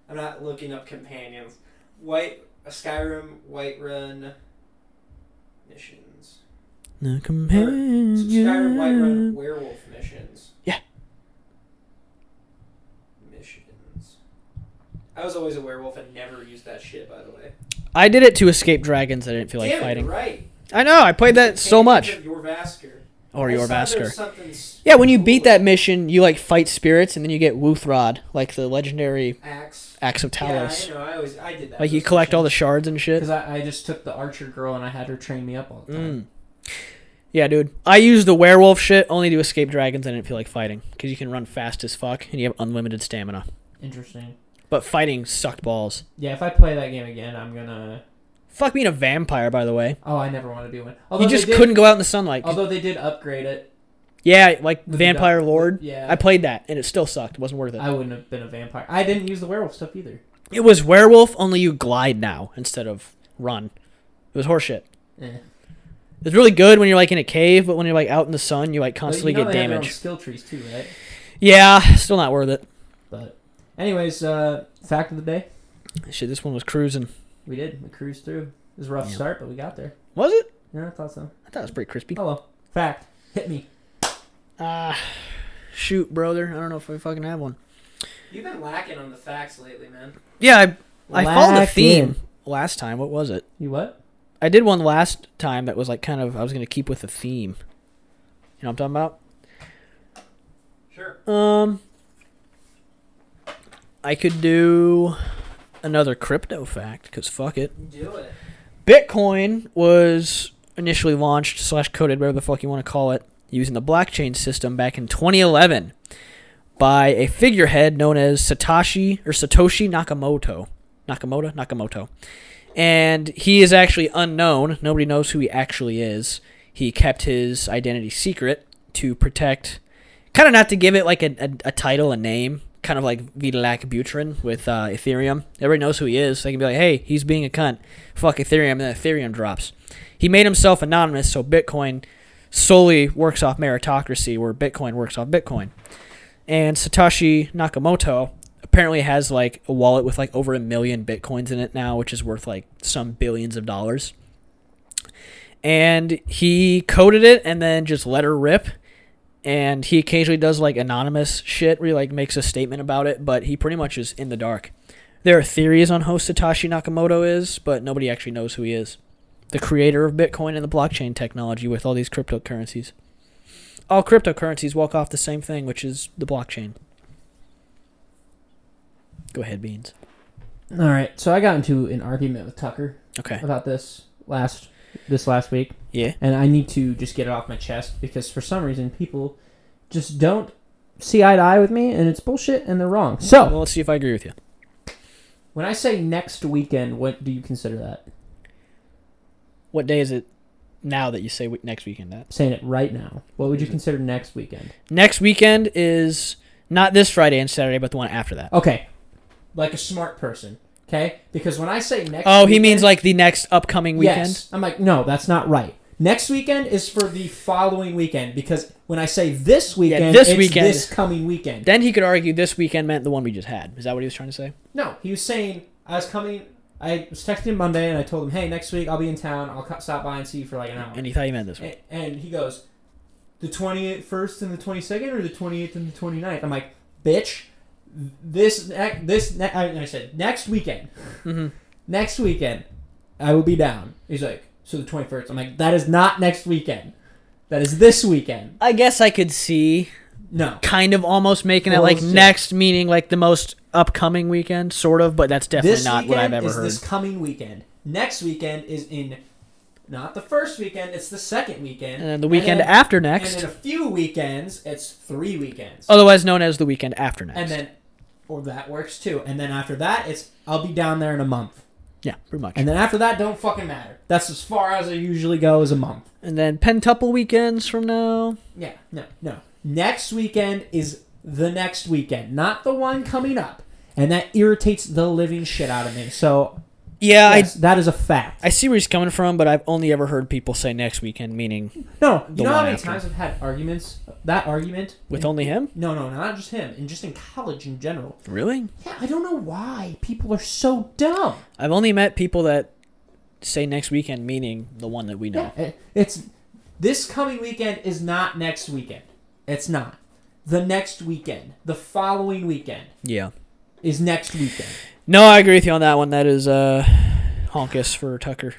I'm not looking up companions. White uh, Skyrim White Run missions.
The
So Skyrim White Run
companion.
werewolf missions.
Yeah.
Missions. I was always a werewolf and never used that shit. By the way.
I did it to escape dragons. I didn't feel like
Damn it,
fighting.
you're right.
I know. I played that so
Companions
much.
of Your Vasker.
Or
I
your
saw there's
Vasker.
something s-
Yeah, when you beat
cool.
that mission, you like fight spirits, and then you get Wuthrod, like the legendary
axe.
axe of Talos.
Yeah, I know. I always I did that.
like you collect all the shards and shit.
Because I, I just took the archer girl and I had her train me up all the time.
Mm. Yeah, dude. I used the werewolf shit only to escape dragons. I didn't feel like fighting because you can run fast as fuck and you have unlimited stamina.
Interesting.
But fighting sucked balls.
Yeah, if I play that game again, I'm gonna.
Fuck being a vampire, by the way.
Oh, I never want to be one. Although
you just
they did,
couldn't go out in the sunlight. 'cause-
Although they did upgrade it.
yeah, like
with the
vampire
dou-
lord.
Yeah.
I played that and it still sucked. It wasn't worth it.
I wouldn't have been a vampire. I didn't use the werewolf stuff either.
It was werewolf only you glide now instead of run. It was horseshit.
Eh.
It's really good when you're like in a cave, but when you're like out in the sun, you like constantly
but you know
get
they have their own
damage.
Skill trees too, right?
Yeah, still not worth it.
But, anyways, uh, fact of the day,
Shit, this one was cruising.
we did. We cruised through. It was a rough
Yeah.
start, but we got there.
Was it?
Yeah, I thought so.
I thought it was pretty crispy.
Hello, fact. Hit me.
Ah, shoot, brother. I don't know if I fucking have one.
You've been lacking on the facts lately, man.
Yeah, I, I followed the
Lacking.
theme last time. What was it?
You what?
I did one last time that was like kind of, I was going to keep with the theme. You know what I'm talking
Sure.
about? Um, I could do another crypto fact because fuck it.
Do it.
Bitcoin was initially launched slash coded, whatever the fuck you want to call it, using the blockchain system back in 2011 by a figurehead known as Satoshi or Satoshi Nakamoto. Nakamoto, Nakamoto. And he is actually unknown. Nobody knows who he actually is. He kept his identity secret to protect, kind of not to give it like a, a, a title, a name, kind of like Vitalik Buterin with uh, Ethereum. Everybody knows who he is. they can be like, hey, he's being a cunt fuck Ethereum, and then Ethereum drops. He made himself anonymous, so Bitcoin solely works off meritocracy, where Bitcoin works off Bitcoin. And Satoshi Nakamoto apparently has like a wallet with like over a million Bitcoins in it now, which is worth like some billions of dollars. And he coded it and then just let her rip. And he occasionally does like anonymous shit where he like makes a statement about it, but he pretty much is in the dark. There are theories on who Satoshi Nakamoto is, but nobody actually knows who he is. The creator of Bitcoin and the blockchain technology with all these cryptocurrencies. All cryptocurrencies walk off the same thing, which is the blockchain. Go ahead, Beans.
All right. So I got into an argument with Tucker
Okay.
about this last this last week.
Yeah.
and I need to just get it off my chest because for some reason people just don't see eye to eye with me, and it's bullshit, and they're wrong. So
Well, let's see if I agree with you.
when I say next weekend, what do you consider that?
What day is it now that you say we- next weekend? That
I'm saying it right now. What would you consider next weekend?
next weekend is not this Friday and Saturday, but the one after that.
Okay, like a smart person. Okay, because when I say next,
Oh, he
weekend-
means like the next upcoming weekend.
Yes. I'm like, no, that's not right. Next weekend is for the following weekend because when I say this weekend,
this
it's
weekend.
this coming weekend.
Then he could argue this weekend meant the one we just had. Is that what he was trying to say?
No, he was saying I was coming I was texting him Monday and I told him, hey, next week I'll be in town. I'll co- stop by and see you for like an hour.
And he thought you meant this one.
And, and he goes, the 21st and the 22nd or the 28th and the 29th? I'm like, bitch, this, ne- this, ne-, I, I said, next weekend,
Mm-hmm.
next weekend, I will be down. He's like, so the 21st. I'm like, that is not next weekend. That is this weekend.
I guess I could see
No.
kind of almost making it
Well,
like
it's just-
next, meaning like the most upcoming weekend, sort of, but that's definitely
this
not
weekend
what I've ever
is
heard.
this coming weekend. Next weekend is in, not the first weekend, it's the second weekend.
and then the weekend
then-
after
And
Uh, next,
in a few weekends, it's three weekends.
otherwise known as the weekend after next.
And then, or that works too. And then after that, it's I'll be down there in a month.
yeah, pretty much.
And then after that, don't fucking matter. That's as far as I usually go is a month.
And then pentuple weekends from now.
Yeah, no, no. Next weekend is the next weekend, not the one coming up. And that irritates the living shit out of me. So
Yeah,
yes, that is a fact.
I I see where he's coming from, but I've only ever heard people say next weekend, meaning
no,
The
you know how
one
many
after.
times I've had arguments? That argument?
with only him.
No, no, not just him, and just in college in general.
Really?
Yeah, I don't know why people are so dumb.
I've only met people that say next weekend, meaning the one that we know.
Yeah, it- Eh, it's this coming weekend is not next weekend. It's not the next weekend. The following weekend
Yeah.
is next weekend.
No, I agree with you on that one. That is uh, honkus for Tucker.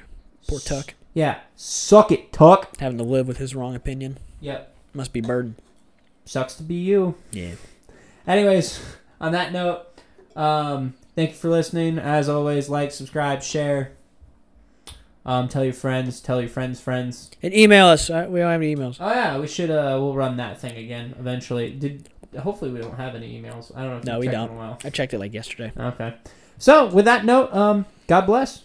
Poor Tuck,
Yeah, suck it, Tuck.
having to live with his wrong opinion.
Yep,
Must be burden.
sucks to be you.
Yeah.
Anyways, on that note, um, thank you for listening. As always, like, subscribe, share. Um, tell your friends. Tell your friends' friends.
And email us. Uh, we don't have any emails.
Oh yeah, we should. Uh, we'll run that thing again eventually. Did hopefully we don't have any emails. I don't know. If
No,
you've
we
checked
don't.
In a while.
I checked it like yesterday.
Okay. So with that note, um, God bless.